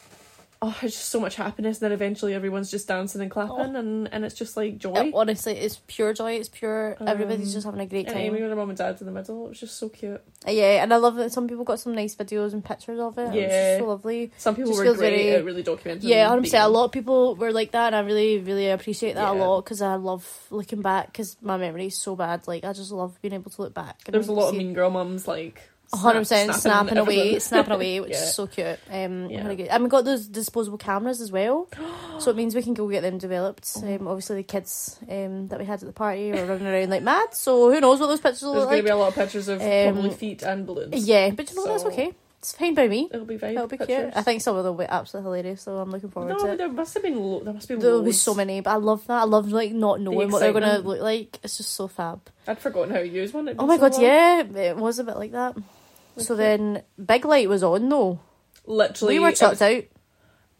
S2: oh, it's just so much happiness. And then eventually everyone's just dancing and
S1: Oh.
S2: clapping, and and it's just like joy.
S1: It honestly, it's pure joy. It's pure.
S2: Um,
S1: everybody's just having a great
S2: and
S1: time.
S2: Amy with her mum and dad in the middle. It was just so cute.
S1: Uh, Yeah, and I love that some people got some nice videos and pictures of it. It was
S2: Yeah.
S1: just so lovely.
S2: Some people
S1: Just
S2: were
S1: feels
S2: great.
S1: very-
S2: It really documented.
S1: Yeah,
S2: them
S1: I'm saying a
S2: being-
S1: lot of people were like that, and I really, really appreciate that a
S2: Yeah.
S1: lot because I love looking back because my memory is so bad. Like I just love being able to look back. and
S2: There was a lot of
S1: see-
S2: mean girl mums like.
S1: a hundred percent
S2: snap-
S1: snapping away,
S2: everything.
S1: snapping away, which
S2: Yeah.
S1: is so cute. Um,
S2: Yeah.
S1: really good. And we got those disposable cameras as well, so it means we can go get them developed.
S2: Oh.
S1: Um, obviously the kids um that we had at the party were running around like mad, so who knows what those pictures will
S2: There's
S1: look
S2: going to
S1: like?
S2: be a lot of pictures of
S1: Um,
S2: probably feet and balloons.
S1: Yeah, but you know that's
S2: So-
S1: okay. It's fine by me.
S2: It'll be very
S1: It'll be
S2: pictures.
S1: cute. I think some of them will be absolutely hilarious, so I'm looking forward
S2: No,
S1: to it.
S2: but there must have been. Lo- there must be.
S1: There will be
S2: loads.
S1: so many, but I love that. I love like not knowing what they're gonna
S2: excitement.
S1: look like. It's just so fab.
S2: I'd forgotten how to use one. It'd
S1: Oh
S2: been
S1: my
S2: so
S1: god,
S2: long.
S1: yeah, it was a bit like that. So
S2: Okay.
S1: then, Big Light was on though.
S2: literally,
S1: we were
S2: it
S1: chucked
S2: was-
S1: out.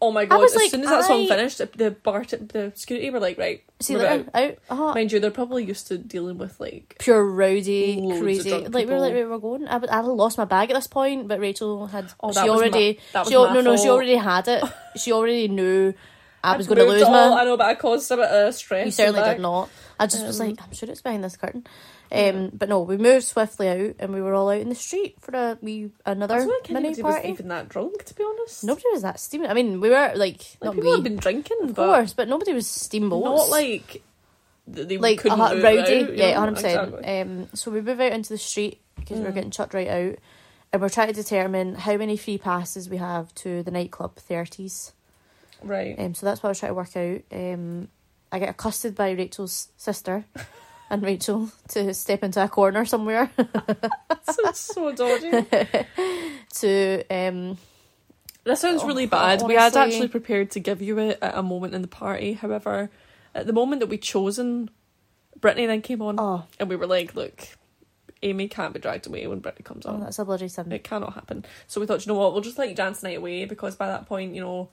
S2: Oh my god!
S1: was
S2: as
S1: like,
S2: soon as that song
S1: I-
S2: finished, the- the bar, t- the security were like, right,
S1: See,
S2: we're
S1: like,
S2: out.
S1: out. uh
S2: Mind you, they're probably used to dealing with like.
S1: Pure rowdy,
S2: Loads of
S1: crazy.
S2: drunk
S1: Like we were like
S2: people.
S1: we were going. I, I lost my bag at this point, but Rachel had.
S2: Oh, that
S1: she
S2: was my-
S1: already.
S2: that was
S1: she al-
S2: my
S1: no no. She
S2: fault.
S1: already had it. She already knew I
S2: I'd
S1: was going to
S2: moved
S1: lose
S2: all,
S1: my.
S2: I know, but I caused a bit of stress.
S1: You certainly
S2: and
S1: did not. I just was
S2: Um,
S1: like, I'm sure it's behind this curtain. Um,
S2: yeah.
S1: But no, we moved swiftly out and we were all out in the street for a wee
S2: I
S1: another
S2: don't think
S1: mini
S2: anybody was
S1: party.
S2: even that drunk, to be honest.
S1: Nobody was that steaming. I mean, we were like,
S2: like,
S1: not
S2: people
S1: we,
S2: have been drinking,
S1: of
S2: but
S1: course, but nobody was steamboats.
S2: Not like th- they
S1: like
S2: couldn't
S1: uh,
S2: do it
S1: rowdy.
S2: without, you
S1: yeah,
S2: know?
S1: hundred
S2: Exactly.
S1: percent. Um, so we move out into the street because we we're
S2: Mm.
S1: getting chucked right out, and we're trying to determine how many free passes we have to the nightclub thirties.
S2: Right.
S1: Um, so that's what I was trying to work out. Um, I get accosted by Rachel's sister and Rachel to step into a corner somewhere
S2: so, so dodgy.
S1: to um
S2: That sounds
S1: Oh,
S2: really bad. We had
S1: honestly.
S2: actually prepared to give you it at a moment in the party. However, at the moment that we chosen, Brittany then came on
S1: oh,
S2: and we were like, look, Amy can't be dragged away when Brittany comes
S1: oh
S2: on.
S1: that's a bloody sin.
S2: it cannot happen. So we thought, you know what, we'll just let you dance the night away because by that point, you know,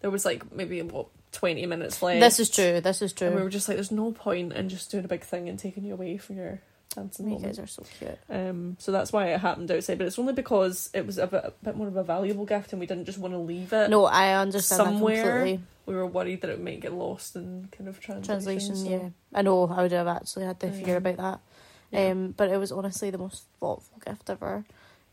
S2: there was like maybe, what, 20 minutes left.
S1: This is true. This is
S2: And we were
S1: true.
S2: just like, there's no point in just doing a big thing and taking you away from your dancing
S1: You
S2: moment.
S1: guys are so cute.
S2: Um, so that's why it happened outside, but it's only because it was a bit, a bit more of a valuable gift, and we didn't just want to leave it.
S1: No, I understand that
S2: somewhere
S1: completely.
S2: we were worried that it might get lost in kind of translation.
S1: Translation,
S2: so-
S1: yeah. I know. I would have actually had to
S2: Yeah.
S1: figure about that.
S2: Yeah.
S1: Um, but it was honestly the most thoughtful gift ever.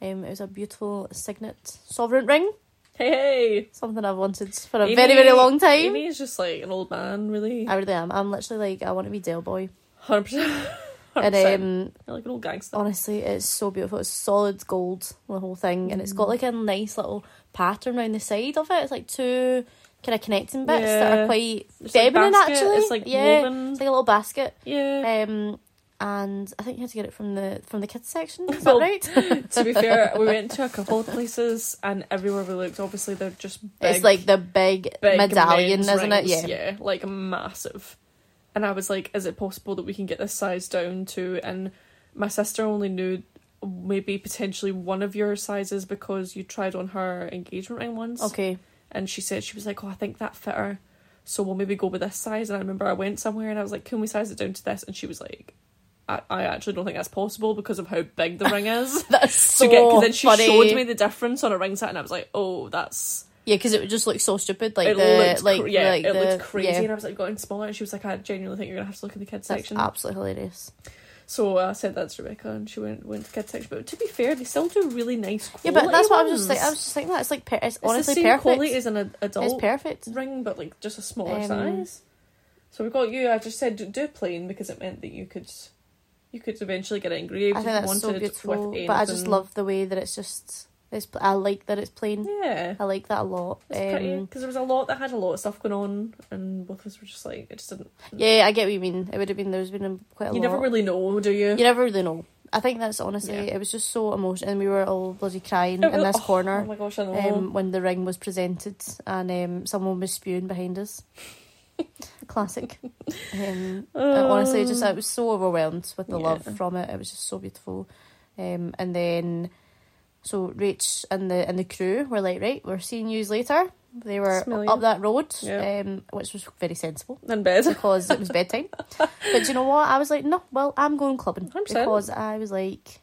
S1: Um, it was a beautiful signet sovereign ring,
S2: Hey, hey!
S1: something I've wanted for a
S2: Amy-
S1: very, very long time.
S2: Amy is just like an old man, really.
S1: I really am. I'm literally like I want to be Dale Boy,
S2: 100%.
S1: and
S2: 100%.
S1: um,
S2: You're like an old gangster.
S1: honestly, it's so beautiful. It's solid gold, the whole thing, and it's
S2: Mm.
S1: got like a nice little pattern round the side of it. It's like two kind of connecting bits that
S2: Yeah.
S1: are quite
S2: It's like
S1: feminine,
S2: basket,
S1: actually.
S2: It's like
S1: yeah,
S2: woven.
S1: it's like a little basket.
S2: yeah.
S1: Um, and I think you had to get it from the from the kids section. Is
S2: Well,
S1: that right?
S2: to be fair, we went to a couple of places, and everywhere we looked, obviously they're just big.
S1: it's like the big,
S2: big
S1: medallion,
S2: men's
S1: isn't it?
S2: rings,
S1: Yeah.
S2: yeah, like massive. And I was like, is it possible that we can get this size down to? And my sister only knew maybe potentially one of your sizes because you tried on her engagement ring once.
S1: Okay.
S2: And she said she was like, oh, I think that fit her. So we'll maybe go with this size. And I remember I went somewhere and I was like, can we size it down to this? And she was like. I I actually don't think that's possible because of how big the ring is.
S1: That's so
S2: to get, because then she
S1: funny.
S2: showed me the difference on a ring set, and I was like, "Oh, that's
S1: Yeah, because it would just look so stupid. Like
S2: it
S1: the
S2: looked
S1: like
S2: cra- yeah,
S1: like
S2: it
S1: the,
S2: looked crazy,
S1: Yeah,
S2: and I was like going smaller, and she was like, I genuinely think you're gonna have to look in the kids
S1: that's
S2: section.
S1: absolutely hilarious.
S2: So I said that's Rebecca, and she went went to kids section. But to be fair, they still do really nice
S1: Yeah,
S2: quality.
S1: but that's what I
S2: ones.
S1: was just like. I was just thinking that it's like per- it's,
S2: It's
S1: honestly
S2: the same
S1: perfect.
S2: quality as an ad- adult
S1: It's perfect.
S2: ring, but like just a smaller
S1: Um,
S2: size. So we got you. I just said do, do plain because it meant that you could, you could eventually get it engraved.
S1: I think
S2: if you
S1: that's so
S2: wanted,
S1: beautiful.
S2: with
S1: But I just
S2: anything.
S1: love the way that it's just. It's. pl- I like that it's plain.
S2: Yeah.
S1: I like that a lot.
S2: It's pretty
S1: Um,
S2: because there was a lot that had a lot of stuff going on, and both of us were just like, it just didn't.
S1: yeah, I get what you mean. It would have been there's been a- quite a
S2: You
S1: lot.
S2: never really know, do you?
S1: You never really know. I think that's honestly,
S2: Yeah.
S1: it was just so emotional, and we were all bloody crying
S2: It
S1: in
S2: was-
S1: this
S2: oh, Oh
S1: corner
S2: my gosh, I know.
S1: um, when the ring was presented, and um, someone was spewing behind us. Classic. Um, and honestly, just I was so overwhelmed with the
S2: Oh. Yeah.
S1: love from it. It was just so beautiful. Um, and then, so Rach and the and the crew were like, right, we're seeing you later. They were
S2: Smell ya.
S1: up that road,
S2: Yeah.
S1: um, which was very sensible
S2: in bed.
S1: because it was bedtime. But do you know what? I was like, no, well, I'm going clubbing
S2: 100%.
S1: because I was like,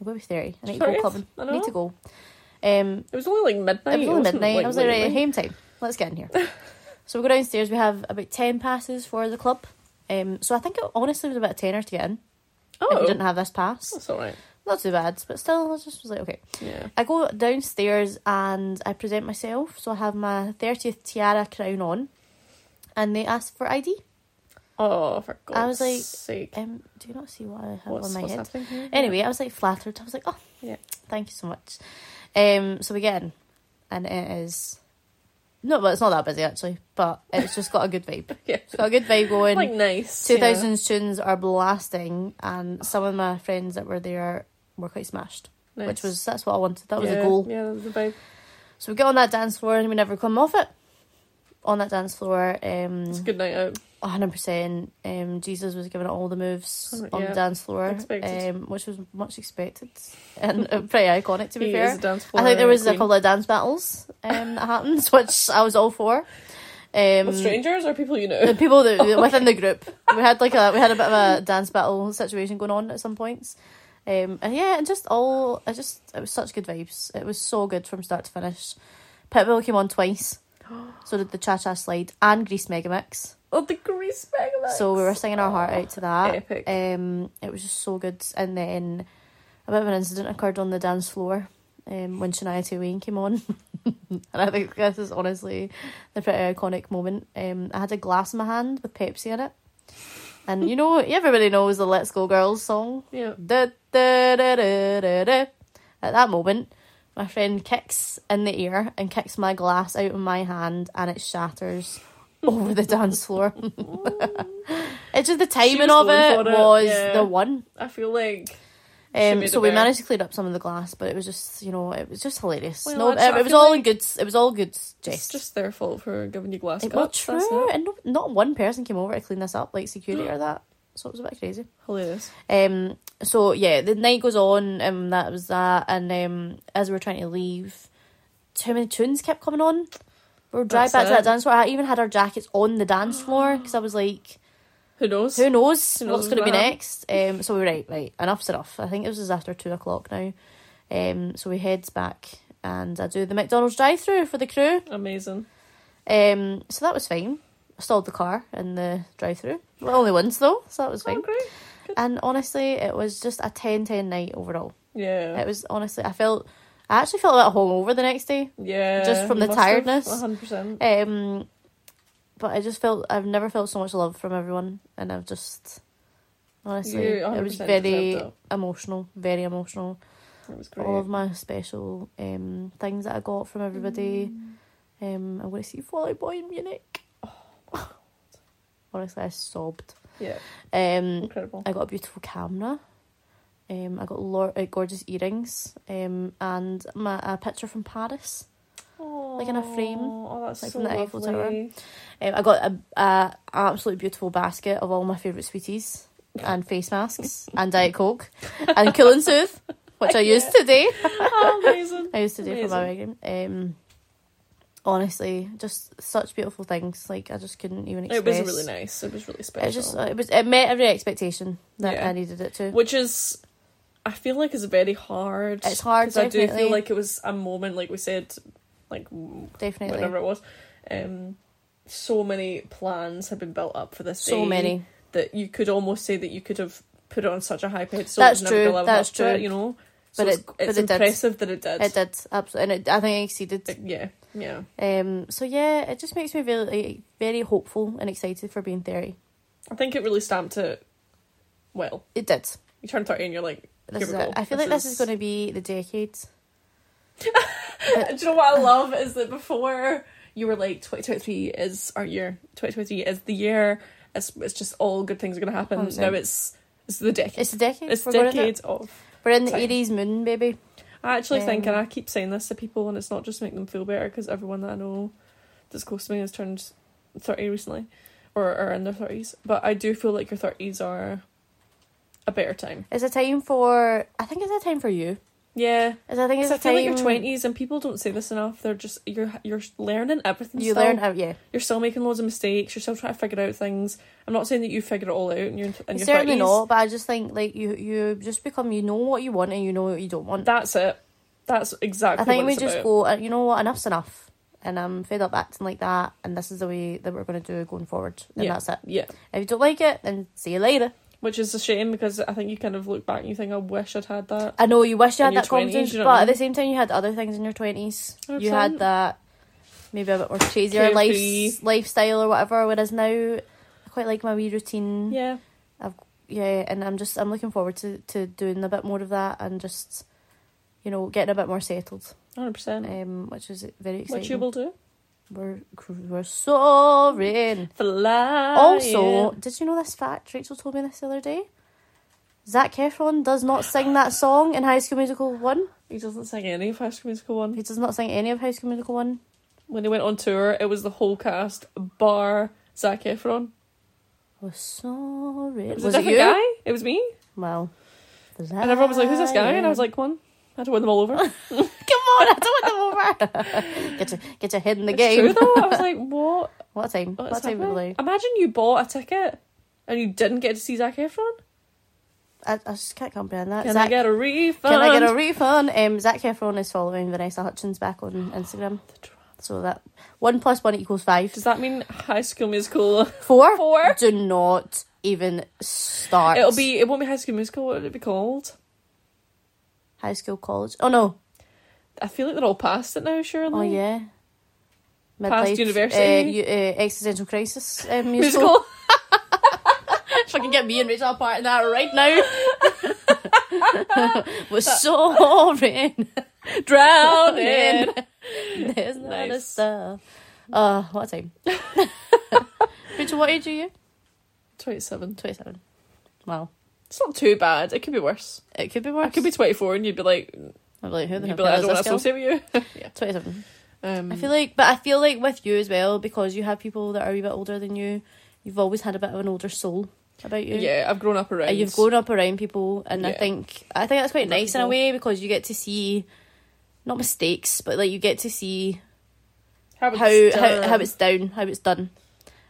S1: I'm going to be thirty. I need to
S2: Sorry,
S1: go clubbing.
S2: I
S1: I,
S2: know.
S1: need to go. Um,
S2: It was only like midnight.
S1: it was only
S2: wasn't,
S1: midnight.
S2: Like,
S1: I was like,
S2: late,
S1: right,
S2: late.
S1: home time. Let's get in here. so we go downstairs. We have about ten passes for the club. Um, so I think it honestly was about a tenner to get in if you
S2: Oh,
S1: didn't have this pass.
S2: that's all right.
S1: Not too bad, but still, I just was like, okay.
S2: Yeah.
S1: I go downstairs and I present myself. So I have my thirtieth tiara crown on, and they ask for ID.
S2: Oh, for God's
S1: I was like,
S2: sake.
S1: Um, do you not see what I have
S2: What's,
S1: on my
S2: what's
S1: head?
S2: happening here?
S1: Anyway, I was like flattered. I was like, oh,
S2: Yeah.
S1: thank you so much. Um, so we get in, and it is no, but it's not that busy actually. But it's just got a good vibe.
S2: Yeah.
S1: It's got a good vibe going.
S2: like nice.
S1: Two thousand tunes are blasting, and some of my friends that were there were quite smashed,
S2: yeah. Nice.
S1: which was that's what I wanted. That was
S2: yeah,
S1: a goal.
S2: Yeah, that was a vibe.
S1: So we get on that dance floor, and we never come off it. On that dance floor, um,
S2: It's a good night out.
S1: a hundred percent. Um, Jesus was giving it all the moves
S2: Hundred-
S1: on
S2: Oh, yeah,
S1: the dance floor,
S2: expected.
S1: um, which was much expected and uh, pretty iconic. To be
S2: He
S1: fair,
S2: is a dance
S1: I think there
S2: floor
S1: was a
S2: queen.
S1: couple of dance battles um, that happened, which I was all for. Um,
S2: With strangers or people you
S1: the
S2: know. Oh
S1: people that within the group, we had like a we had a bit of a dance battle situation going on at some points. Um, and yeah, and just all I just it was such good vibes. It was so good from start to finish. Pitbull came on twice, so did the Cha Cha Slide and Grease Megamix.
S2: Oh, the grease bag.
S1: So we were singing our heart out to that.
S2: Epic.
S1: Um, it was just so good. And then a bit of an incident occurred on the dance floor um, when Shania Twain came on. and I think this is honestly the pretty iconic moment. Um, I had a glass in my hand with Pepsi in it. And you know, everybody knows the Let's Go Girls song.
S2: Yeah.
S1: Da, da, da, da, da, da. At that moment, my friend kicks in the air and kicks my glass out of my hand and it shatters over the dance floor. It's just the timing
S2: was
S1: of
S2: going
S1: it,
S2: for it,
S1: was
S2: yeah.
S1: the one.
S2: I feel like.
S1: Um,
S2: made
S1: so
S2: it
S1: we
S2: there.
S1: managed to clear up some of the glass, but it was just you know it was just hilarious.
S2: Well,
S1: no,
S2: that's-
S1: it,
S2: I
S1: it was
S2: feel
S1: all
S2: like
S1: in good. It was all good
S2: It's
S1: jest.
S2: just their fault for giving you glass
S1: it was
S2: cups. That's
S1: true,
S2: it.
S1: and no, not one person came over to clean this up, like security or that. So it was a bit crazy.
S2: Hilarious.
S1: Um. So yeah, the night goes on, and that was that. And um, as we were trying to leave, too many tunes kept coming on. We were drive
S2: That's
S1: back to
S2: it.
S1: that dance floor. I even had our jackets on the dance floor because I was like,
S2: Who knows?
S1: Who knows,
S2: Who knows
S1: what's going to
S2: what
S1: be
S2: happened?
S1: next? Um, so we were right, right, enough's enough. I think it was after two o'clock now. Um, so we heads back and I do the McDonald's drive through for the crew.
S2: Amazing.
S1: Um, so that was fine. I stalled the car in the drive through. We're the only ones though, so that was
S2: Oh,
S1: fine.
S2: great.
S1: And honestly, it was just a 10 10 night overall.
S2: Yeah.
S1: It was honestly, I felt, I actually felt a bit hungover the next day.
S2: yeah.
S1: just from
S2: you
S1: the
S2: must have,
S1: tiredness.
S2: 100%.
S1: Um, but I just felt I've never felt so much love from everyone, and I've just honestly,
S2: You
S1: it was
S2: 100%
S1: very
S2: deserved
S1: emotional, very emotional.
S2: That was great.
S1: All of my special um things that I got from everybody.
S2: Mm.
S1: Um, I'm going to see Folly Boy in Munich.
S2: Oh,
S1: honestly, I sobbed.
S2: Yeah.
S1: Um,
S2: Incredible.
S1: I got a beautiful camera. Um, I got lor- uh, gorgeous earrings. Um, and my a picture from Paris. like in a frame,
S2: Oh, that's
S1: like
S2: so
S1: from the Eiffel Tower.
S2: lovely.
S1: Um, I got a, a absolutely beautiful basket of all my favourite sweeties and face masks and Diet Coke and Killing Sooth, which I used today.
S2: Oh, amazing.
S1: I used today for my migraine. Um, honestly, just such beautiful things. Like I just couldn't even
S2: It
S1: express.
S2: was really nice. It was really special.
S1: It just it was it met every expectation that
S2: Yeah.
S1: I needed it to.
S2: Which is, I feel like is very hard.
S1: It's hard,
S2: 'cause I do feel
S1: definitely.
S2: like it was a moment, like we said, like w-
S1: Definitely,
S2: whatever it was. Um, so many plans have been built up for this.
S1: so
S2: day
S1: many.
S2: that you could almost say that you could have put it on such a high pedestal.
S1: That's
S2: it was never
S1: true,
S2: gonna live
S1: that's
S2: up to it,
S1: true.
S2: you know.
S1: But
S2: it's,
S1: it- but
S2: it's
S1: it did.
S2: impressive that it did.
S1: It did absolutely, and it, I think it exceeded.
S2: It- yeah, yeah.
S1: Um, so yeah, it just makes me really very hopeful and excited for being thirty.
S2: I think it really stamped it. Well,
S1: It did.
S2: you turn thirty and you're like,
S1: This
S2: Here
S1: is
S2: we
S1: it.
S2: go.
S1: I feel
S2: This
S1: like this
S2: is-
S1: is going to be the decade.
S2: Do you know what I love is that before you were like 2023 is our year, 2023 is the year. It's, it's just all good things are gonna happen.
S1: Hundred
S2: now
S1: percent.
S2: it's it's the decade.
S1: It's the decade.
S2: It's,
S1: we're going in it.
S2: decades of.
S1: We're in the
S2: time.
S1: Aries moon, baby.
S2: I actually think,
S1: Um,
S2: and I keep saying this to people, and it's not just to make them feel better because everyone that I know that's close to me has turned thirty recently, or are in their thirties. But I do feel like your thirties are a better time.
S1: It's a time for. I think it's a time for you.
S2: Yeah,
S1: It's, I think
S2: because
S1: it's
S2: I
S1: a
S2: feel
S1: time.
S2: like your twenties, and people don't say this enough. They're just you're you're learning everything.
S1: You
S2: still.
S1: learn. Uh, yeah,
S2: You're still making loads of mistakes. You're still trying to figure out things. I'm not saying that you figure it all out in your in your
S1: certainly
S2: thirties.
S1: not. But I just think like you, you just become. You know what you want and you know what you don't want.
S2: That's it. That's exactly.
S1: I think
S2: what
S1: we
S2: it's
S1: just
S2: about.
S1: go. uh, You know what? Enough's enough. And I'm fed up acting like that. And this is the way that we're going to do it going forward. And
S2: Yeah.
S1: that's it.
S2: Yeah,
S1: If you don't like it, then see you later.
S2: which is a shame because I think you kind of look back and you think, I wish I'd had that.
S1: I know you wish you
S2: In
S1: had
S2: your
S1: that
S2: 20s,
S1: confidence,
S2: you know
S1: but
S2: what I
S1: at the
S2: mean?
S1: same time, you had other things in your twenties. You
S2: 100%.
S1: had that maybe a bit more crazier
S2: Carefree.
S1: life, lifestyle or whatever. Whereas now, I quite like my wee routine.
S2: Yeah,
S1: Yeah, and I'm just I'm looking forward to to doing a bit more of that and just you know getting a bit more settled,
S2: hundred percent.
S1: um, which is very exciting.
S2: Which you will do.
S1: We're cr- we're soaring.
S2: Fly.
S1: Also, did you know this fact? Rachel told me this the other day. Zach Efron does not sing that song in High School Musical One.
S2: he doesn't sing any High School Musical one.
S1: He does not sing any of High School Musical One.
S2: When he went on tour, it was the whole cast bar Zac Efron.
S1: was sorry.
S2: It was,
S1: Was,
S2: a
S1: it you?
S2: different guy. It was me,
S1: Well, was
S2: and everyone was like, "Who's this guy?" And I was
S1: lying.
S2: like, "One." I had to win them all over. It's
S1: "Come on, I don't want them over. get your get your head in the game."
S2: true though. I was like, "What?
S1: What time?
S2: What's
S1: what time
S2: happening?
S1: really?
S2: Imagine you bought a ticket and you didn't get to see Zac Efron.
S1: I, I just can't comprehend that.
S2: Can I
S1: Zac-
S2: get a refund?
S1: can I get a refund? Um, Zach Efron is following Vanessa Hutchins back on Instagram,
S2: drama.
S1: so that one plus one equals five.
S2: Does that mean High School Musical?
S1: Four.
S2: Four?
S1: Do not even start.
S2: It'll be. It won't be High School Musical. What would it be called?
S1: high school, college. Oh no.
S2: I feel like they're all past it now. Surely.
S1: Oh yeah.
S2: Past
S1: Midlife,
S2: university.
S1: uh, you, uh, existential crisis um, musical.
S2: Musical.
S1: If I can get me and Rachel apart in that right now. We're soaring, drowning.
S2: Drowning.
S1: There's not
S2: Nice.
S1: nice. stuff. Uh, what time? Rachel, what age are you?
S2: 27.
S1: 27. Wow.
S2: It's not too bad. It could be worse.
S1: It could be worse.
S2: I could be 24 and you'd be like,
S1: I'm like, who the hell
S2: you'd be like I
S1: is
S2: don't want
S1: this
S2: to
S1: girl?
S2: associate with you. yeah.
S1: 27.
S2: Um,
S1: I feel like, but I feel like with you as well, because you have people that are a wee bit older than you, you've always had a bit of an older soul about you.
S2: Yeah, I've grown up around.
S1: And you've grown up around people, and I
S2: Yeah.
S1: think I think that's quite
S2: Other
S1: nice in a
S2: people.
S1: way because you get to see not mistakes, but like you get to see
S2: How
S1: how how, how it's down, how it's done,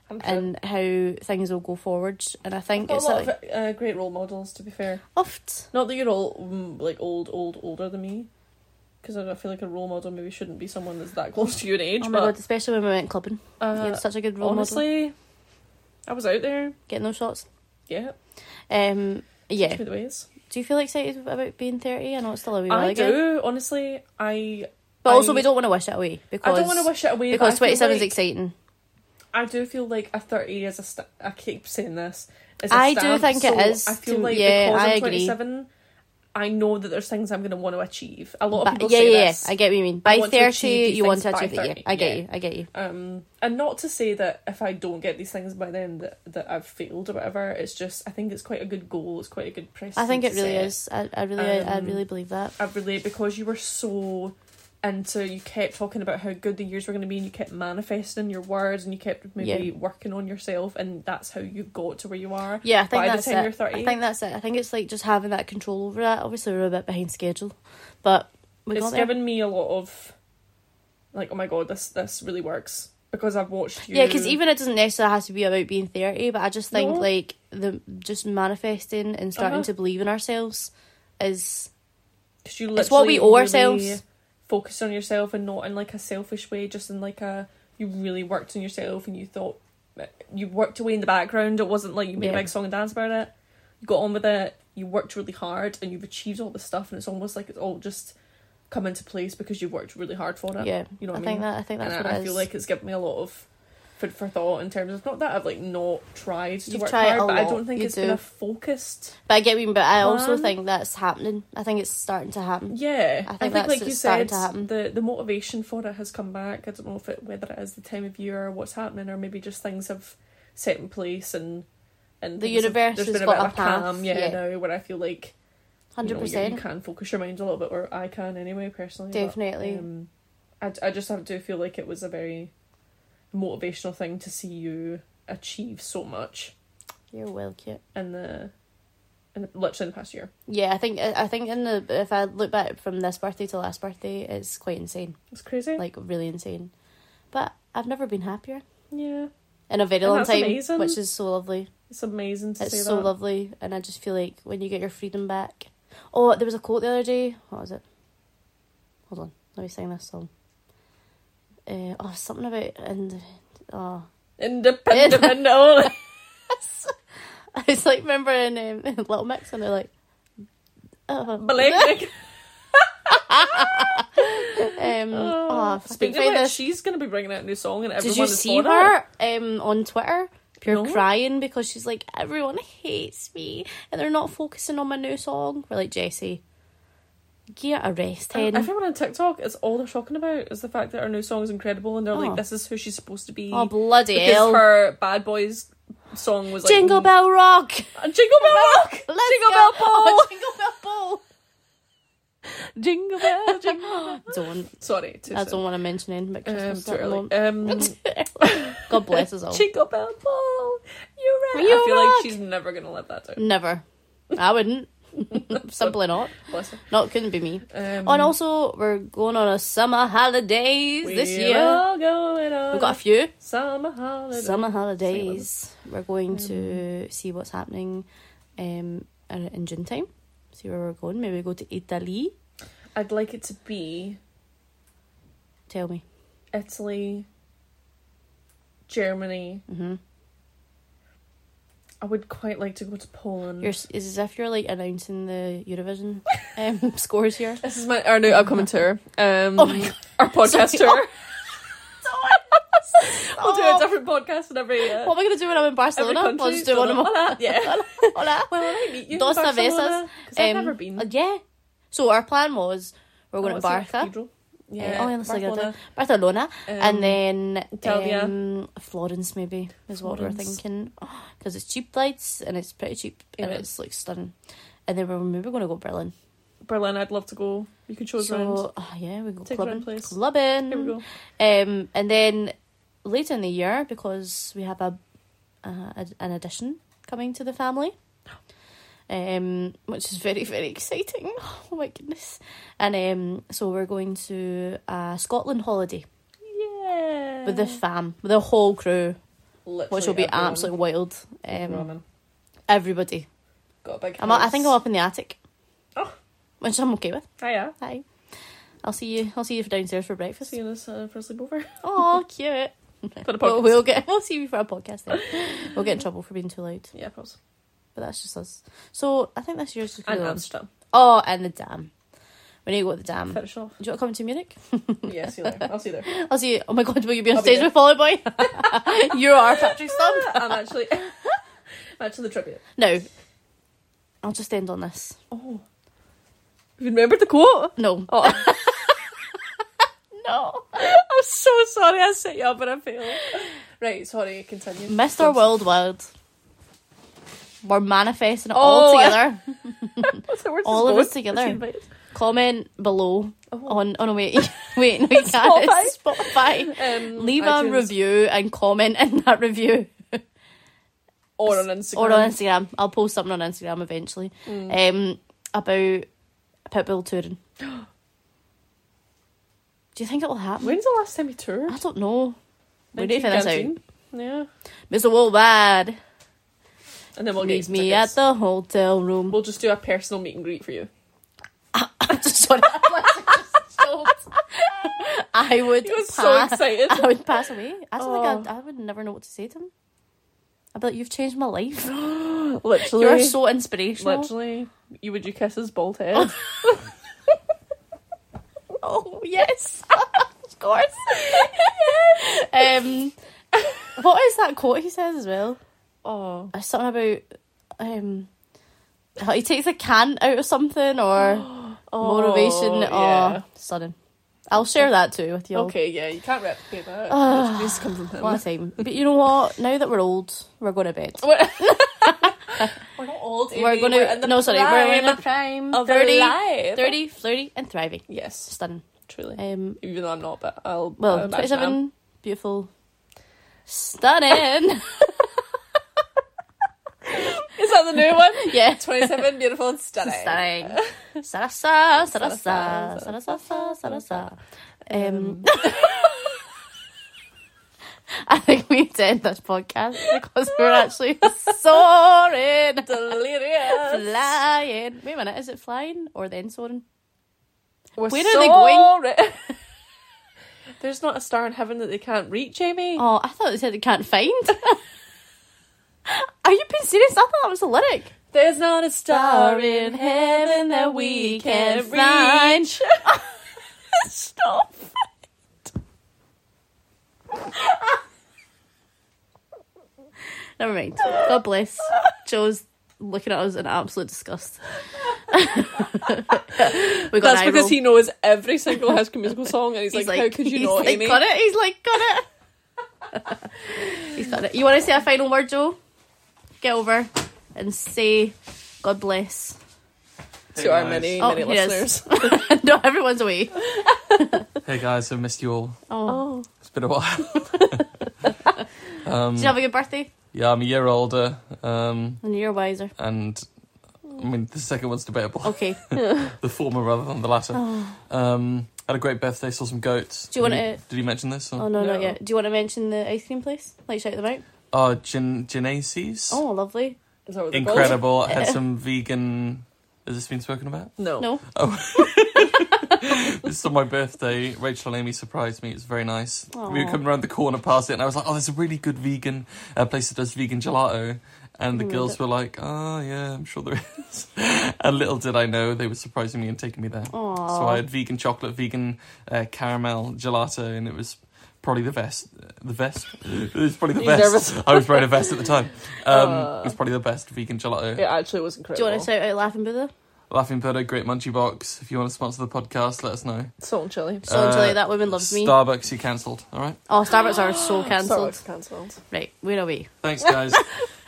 S2: I'm sure.
S1: and how things will go forwards. And I think
S2: Got
S1: it's
S2: a lot
S1: like
S2: of uh, great role models. To be fair,
S1: oft.
S2: not that you're all mm, like old, old, older than me, because I don't feel like a role model maybe shouldn't be someone that's that close to your age.
S1: Oh my god,
S2: but
S1: especially when we went clubbing.
S2: uh,
S1: you had such a good role model.
S2: honestly, I was out there.
S1: Getting those shots.
S2: Yeah,
S1: Um, yeah.
S2: to the ways.
S1: Do you feel excited about being 30? I know it's still a wee while
S2: I
S1: ago.
S2: do honestly. I
S1: But also,
S2: I-
S1: we don't want to wish it away because
S2: I don't want to wish it away but
S1: because
S2: I feel
S1: 27 is
S2: like-
S1: exciting.
S2: I do feel like a thirty is a. St- I keep saying this. Is a
S1: I do
S2: stamp,
S1: think it
S2: so
S1: is
S2: I feel
S1: too.
S2: like
S1: Yeah,
S2: because
S1: I
S2: I'm
S1: agree.
S2: twenty-seven, I know that there's things I'm going to want to achieve. A lot of
S1: But-
S2: people
S1: yeah,
S2: say
S1: yeah,
S2: this.
S1: yeah. I get what you mean.
S2: I
S1: By
S2: want to
S1: 30,
S2: achieve these
S1: you want to
S2: things by
S1: achieve it. Yeah,
S2: 30,
S1: I get
S2: yeah.
S1: you. I get you.
S2: um, and not to say that if I don't get these things by then that, that I've failed or whatever. It's just I think it's quite a good goal. It's quite a good press.
S1: I think it really is. I, I really, I, I
S2: Um,
S1: really believe that.
S2: I really because you were so into you kept talking about how good the years were going to be and you kept manifesting your words and you kept maybe
S1: Yeah.
S2: working on yourself and that's how you got to where you are.
S1: Yeah, I think
S2: by the
S1: that's
S2: time
S1: it.
S2: you're 30.
S1: I think that's it. I think it's like just having that control over that. Obviously, we're a bit behind schedule, but we
S2: it's
S1: got there.
S2: given me a lot of like oh my god this this really works because I've watched you.
S1: Yeah, because even it doesn't necessarily have to be about being thirty, but I just think
S2: No.
S1: like the just manifesting and starting
S2: Uh-huh.
S1: to believe in ourselves is
S2: cause you
S1: it's what we
S2: literally
S1: owe
S2: really
S1: ourselves.
S2: Focused on yourself and not in like a selfish way, just in like a you really worked on yourself and you thought you worked away in the background. It wasn't like you made
S1: Yeah.
S2: a big song and dance about it. You got on with it. You worked really hard and you've achieved all this stuff, and it's almost like it's all just come into place because you worked really hard for it.
S1: Yeah,
S2: you know
S1: I
S2: what I,
S1: think
S2: mean.
S1: that I think that's
S2: and
S1: what
S2: I,
S1: it
S2: I feel
S1: is.
S2: like it's given me a lot of food for thought in terms of not that I've like not tried to
S1: You've
S2: work
S1: tried
S2: hard,
S1: a
S2: but I
S1: lot,
S2: don't think
S1: you
S2: it's been
S1: do.
S2: a focused.
S1: But I get what you mean. But I also
S2: Um,
S1: think that's happening. I think it's starting to happen.
S2: Yeah,
S1: I think that's
S2: like you
S1: just starting
S2: said,
S1: to happen.
S2: the the motivation for it has come back. I don't know if it whether it is the time of year or what's happening, or maybe just things have set in place and and
S1: The
S2: things have-
S1: universe
S2: there's
S1: has
S2: been a
S1: got
S2: bit
S1: a
S2: of a calm,
S1: path,
S2: yeah,
S1: yeah.
S2: now where I feel like you,
S1: Hundred
S2: know, you- you
S1: percent.
S2: can focus your mind a little bit, or I can anyway personally. but,
S1: Definitely.
S2: um, I I just have to feel like it was a very motivational thing to see you achieve so much
S1: You're well cute.
S2: in the in the, literally in the past year.
S1: Yeah, I think I think in the if I look back from this birthday to last birthday, it's quite insane.
S2: It's crazy.
S1: Like really insane. But I've never been happier
S2: yeah,
S1: in a very
S2: And
S1: long
S2: that's
S1: time,
S2: amazing.
S1: which is so lovely.
S2: it's amazing to say
S1: It's so
S2: that.
S1: lovely, and I just feel like when you get your freedom back. Oh, there was a quote the other day. What was it? Hold on, let me sing this song. Uh, oh, something about and oh,
S2: Independent only.
S1: it's like remember in um, Little Mix and they're like, oh,
S2: Blake.
S1: um, oh,
S2: Speaking
S1: find
S2: of which,
S1: this.
S2: she's going to be bringing out a new song, and everyone
S1: Did you
S2: is
S1: see
S2: for it.
S1: her um, on Twitter? Pure
S2: No.
S1: crying because she's like, everyone hates me and they're not focusing on my new song. We're like, Jessie, get a rest, hen.
S2: Everyone on TikTok is all they're talking about is the fact that her new song is incredible, and they're
S1: Oh.
S2: like, "This is who she's supposed to be."
S1: oh, bloody
S2: because
S1: hell.
S2: her Bad Boys song was like
S1: Jingle Bell Rock!
S2: uh, Jingle Bell Rock,
S1: Let's
S2: Jingle
S1: go.
S2: Bell Ball,
S1: Oh, Jingle Bell Ball!
S2: Jingle Bell, Jingle Bell.
S1: Don't.
S2: Sorry, too
S1: I
S2: soon.
S1: don't want to mention anything about
S2: Um,
S1: Christmas.
S2: too
S1: at the
S2: early.
S1: moment.
S2: Um,
S1: God bless us all.
S2: Jingle Bell Ball, you rock.
S1: You
S2: I feel
S1: rock.
S2: like she's never gonna let that down.
S1: Never. I wouldn't. Simply not.
S2: Bless her.
S1: Not couldn't be me.
S2: Um,
S1: Oh, and also, we're going on a summer holidays this
S2: we're
S1: year.
S2: all going on
S1: We've got a few.
S2: summer holiday.
S1: summer holidays. We're going to see what's happening um, in in June time. See where we're going. Maybe go to Italy.
S2: I'd like it to be
S1: Tell me.
S2: Italy, Germany.
S1: hmm
S2: I would quite like to go to Poland.
S1: You're, s- it's as if you're like announcing the Eurovision um, scores here.
S2: This is my our new upcoming tour. Um,
S1: Oh my God.
S2: our podcast
S1: Sorry.
S2: tour. We'll do a different podcast in every. Uh,
S1: Oh, What am I gonna do when I'm in
S2: every
S1: Barcelona?
S2: country.
S1: I'll just do
S2: So
S1: one of
S2: no-
S1: my.
S2: Hola, yeah.
S1: Hola.
S2: Well, I meet you.
S1: Dos
S2: in
S1: cervezas.
S2: Barcelona, 'cause I've
S1: Um,
S2: never been.
S1: uh, yeah. So our plan was we're
S2: I
S1: going
S2: wanna
S1: to
S2: see the
S1: Barca.
S2: cathedral.
S1: Yeah.
S2: Yeah.
S1: Oh, yeah, that's like a-
S2: Barcelona.
S1: Barcelona,
S2: Um,
S1: and then
S2: Italia.
S1: um, Florence maybe is what we're
S2: Florence.
S1: thinking because it's cheap flights and it's pretty cheap and
S2: Yeah.
S1: it's like stunning. And then we're maybe going to go Berlin.
S2: Berlin. I'd love to go. You could show us around.
S1: So ah, yeah, we go
S2: Take
S1: clubbing.
S2: round place.
S1: Clubbing.
S2: Here we go.
S1: Um, and then later in the year because we have a, uh, a an addition coming to the family. Um, which is very very exciting. Oh my goodness! And um, so we're going to a Scotland holiday
S2: Yeah.
S1: with the fam, with the whole crew.
S2: literally
S1: which will be
S2: everyone.
S1: absolutely wild. Um,
S2: Ramen.
S1: everybody.
S2: Got a big.
S1: I'm, I
S2: house.
S1: think I'm up in the attic.
S2: Oh.
S1: Which I'm okay with.
S2: Hiya.
S1: Hi. I'll see you. I'll see you for downstairs for breakfast.
S2: See you in this uh, for a sleepover.
S1: Oh, cute.
S2: For the
S1: We'll,
S2: podcast.
S1: we'll get. We'll see you for a podcast. Then. We'll get in trouble for being too loud,
S2: Yeah, probs.
S1: but that's just us. So I think this year's just
S2: And
S1: gonna-
S2: Amsterdam.
S1: Oh, and the dam. We need to go to the dam. Do
S2: Finish off.
S1: you want to come to Munich?
S2: Yeah, see you there. I'll see you there.
S1: I'll see you. Oh my god, will you be on
S2: I'll be
S1: stage
S2: there.
S1: with Fallout Boy? you are Patrick Stump.
S2: I'm actually. I'm actually the tribute.
S1: No. I'll just end on this.
S2: Oh. You remembered the quote?
S1: No.
S2: Oh.
S1: No.
S2: I'm so sorry I set you up and I failed. Right, sorry, continue.
S1: Mr. Worldwide. We're manifesting it all
S2: Oh, I-
S1: together.
S2: What's the word?
S1: all of us together. Comment below on. Oh no, wait. wait, no, you can't. It's Spotify.
S2: Um,
S1: Leave a
S2: iTunes
S1: review and comment in that review.
S2: Or on Instagram. Mm.
S1: Or on Instagram. I'll post something on Instagram eventually um, about Pitbull touring. Do you think it will happen?
S2: When's the last time you toured?
S1: I don't know. We need to find this out.
S2: 19? Yeah.
S1: Mr. Worldwide
S2: And then we'll
S1: meets
S2: get
S1: me
S2: tickets.
S1: at the hotel room.
S2: We'll just do a personal meet and greet for you.
S1: Sorry, I was just choked. I would
S2: He was so
S1: pass.
S2: excited.
S1: I would pass away. I don't
S2: Oh.
S1: think I'd, I would never know what to say to him. I'd be like, "You've changed my life.
S2: Literally.
S1: You're so inspirational."
S2: Literally. You would you kiss his bald head?
S1: Oh yes, of course. um, what is that quote he says as well?
S2: oh.
S1: It's something about um, how he takes a can out of something or motivation.
S2: Oh. yeah.
S1: Oh, stunning. I'll share that too with you. all.
S2: Okay, yeah, you can't replicate that. it needs to come from him.
S1: Ah. What a time. But you know what? Now that we're old, we're going to bed.
S2: We're we're not old. Amy.
S1: We're going
S2: We're in
S1: to.
S2: the
S1: No, sorry. We're in the
S2: prime
S1: prime.
S2: of
S1: 30,
S2: life.
S1: 30, flirty, and thriving.
S2: Yes,
S1: Stunning.
S2: truly.
S1: Um,
S2: Even though I'm not, but I'll. I'll
S1: well,
S2: imagine
S1: 27, beautiful. Stunning.
S2: I'm- Is that the new one?
S1: yeah.
S2: 27, beautiful and stunning.
S1: Stunning. Sarasa, sarasa, sarasa,
S2: Sarasa,
S1: sarasa.
S2: sarasa.
S1: Um, I think we need to end this podcast because we're actually soaring.
S2: Delirious.
S1: Flying. Wait a minute, is it flying or then soaring?
S2: We're
S1: Where are they going?
S2: sorry. There's not a star in heaven that they can't reach, Amy.
S1: Oh, I thought they said they can't find. Are you being serious? I thought that was the lyric.
S2: There's not a star
S1: in heaven that we can find.
S2: Stop.
S1: Never mind. God bless. Joe's looking at us in absolute disgust. we got
S2: That's
S1: an eye
S2: because
S1: roll.
S2: he knows every single High School Musical song, and he's,
S1: He's
S2: like, "How could you
S1: he's
S2: not,
S1: like,
S2: Amy?"
S1: Got it. He's like, got it. he's got it. You want to say a final word, Joe? Get over and say, God bless.
S2: To our many,
S1: Oh,
S2: many
S1: he is.
S2: listeners.
S1: no, everyone's away.
S3: Hey guys, I've missed you all.
S1: Oh.
S2: Oh,
S3: It's been a while. um,
S1: Did you have a good birthday?
S3: yeah, I'm a year older, um,
S1: And you're wiser.
S3: and I mean the second one's debatable.
S1: Okay. Oh,
S3: The former rather than the latter. Um, had a great birthday. Saw some goats.
S1: Do you
S3: Did
S1: wanna-
S3: he- Did he mention this? Or?
S1: Oh no,
S2: No.
S1: not yet. Do you want to mention the ice cream place? Like shout them out.
S3: Oh, Gen- Genesis.
S1: Oh, lovely.
S2: is that what they're called?
S3: Incredible. I had some vegan. Has this been spoken about?
S2: No.
S1: No.
S3: This is on my birthday. Rachel and Amy surprised me. It was very nice. We
S1: Aw.
S3: were coming around the corner past it, and I was like, "Oh, there's a really good vegan uh, place that does vegan gelato." And the
S1: Mm,
S3: girls
S1: but-
S3: were like, "Oh yeah, I'm sure there is." and little did I know, they were surprising me and taking me there.
S1: Aww.
S3: So I had vegan chocolate, vegan uh, caramel gelato, and it was probably the best. The best. It was probably the
S2: Are you
S3: best. I was wearing a vest at the time. Um,
S2: Uh.
S3: it was probably the best vegan gelato.
S2: It actually was
S1: Do you
S2: incredible.
S1: want to shout out Laughing Buddha?
S3: Laughing Buddha, great munchie box. If you want to sponsor the podcast, let us know.
S2: Salt and chili.
S1: So
S3: Uh,
S1: Julia, that woman loves me.
S3: Starbucks, you cancelled. All right.
S1: Oh, Starbucks are so cancelled.
S2: Starbucks cancelled.
S1: Right, where are we?
S3: Thanks, guys.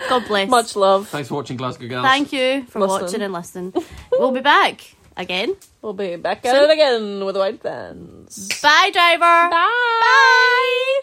S1: God bless.
S2: Much love.
S3: Thanks for watching Glasgow Girls.
S1: Thank you for
S2: Listen.
S1: watching and listening. we'll be back again.
S2: We'll be back
S1: So-
S2: at it again with the white fans.
S1: Bye, driver. Bye.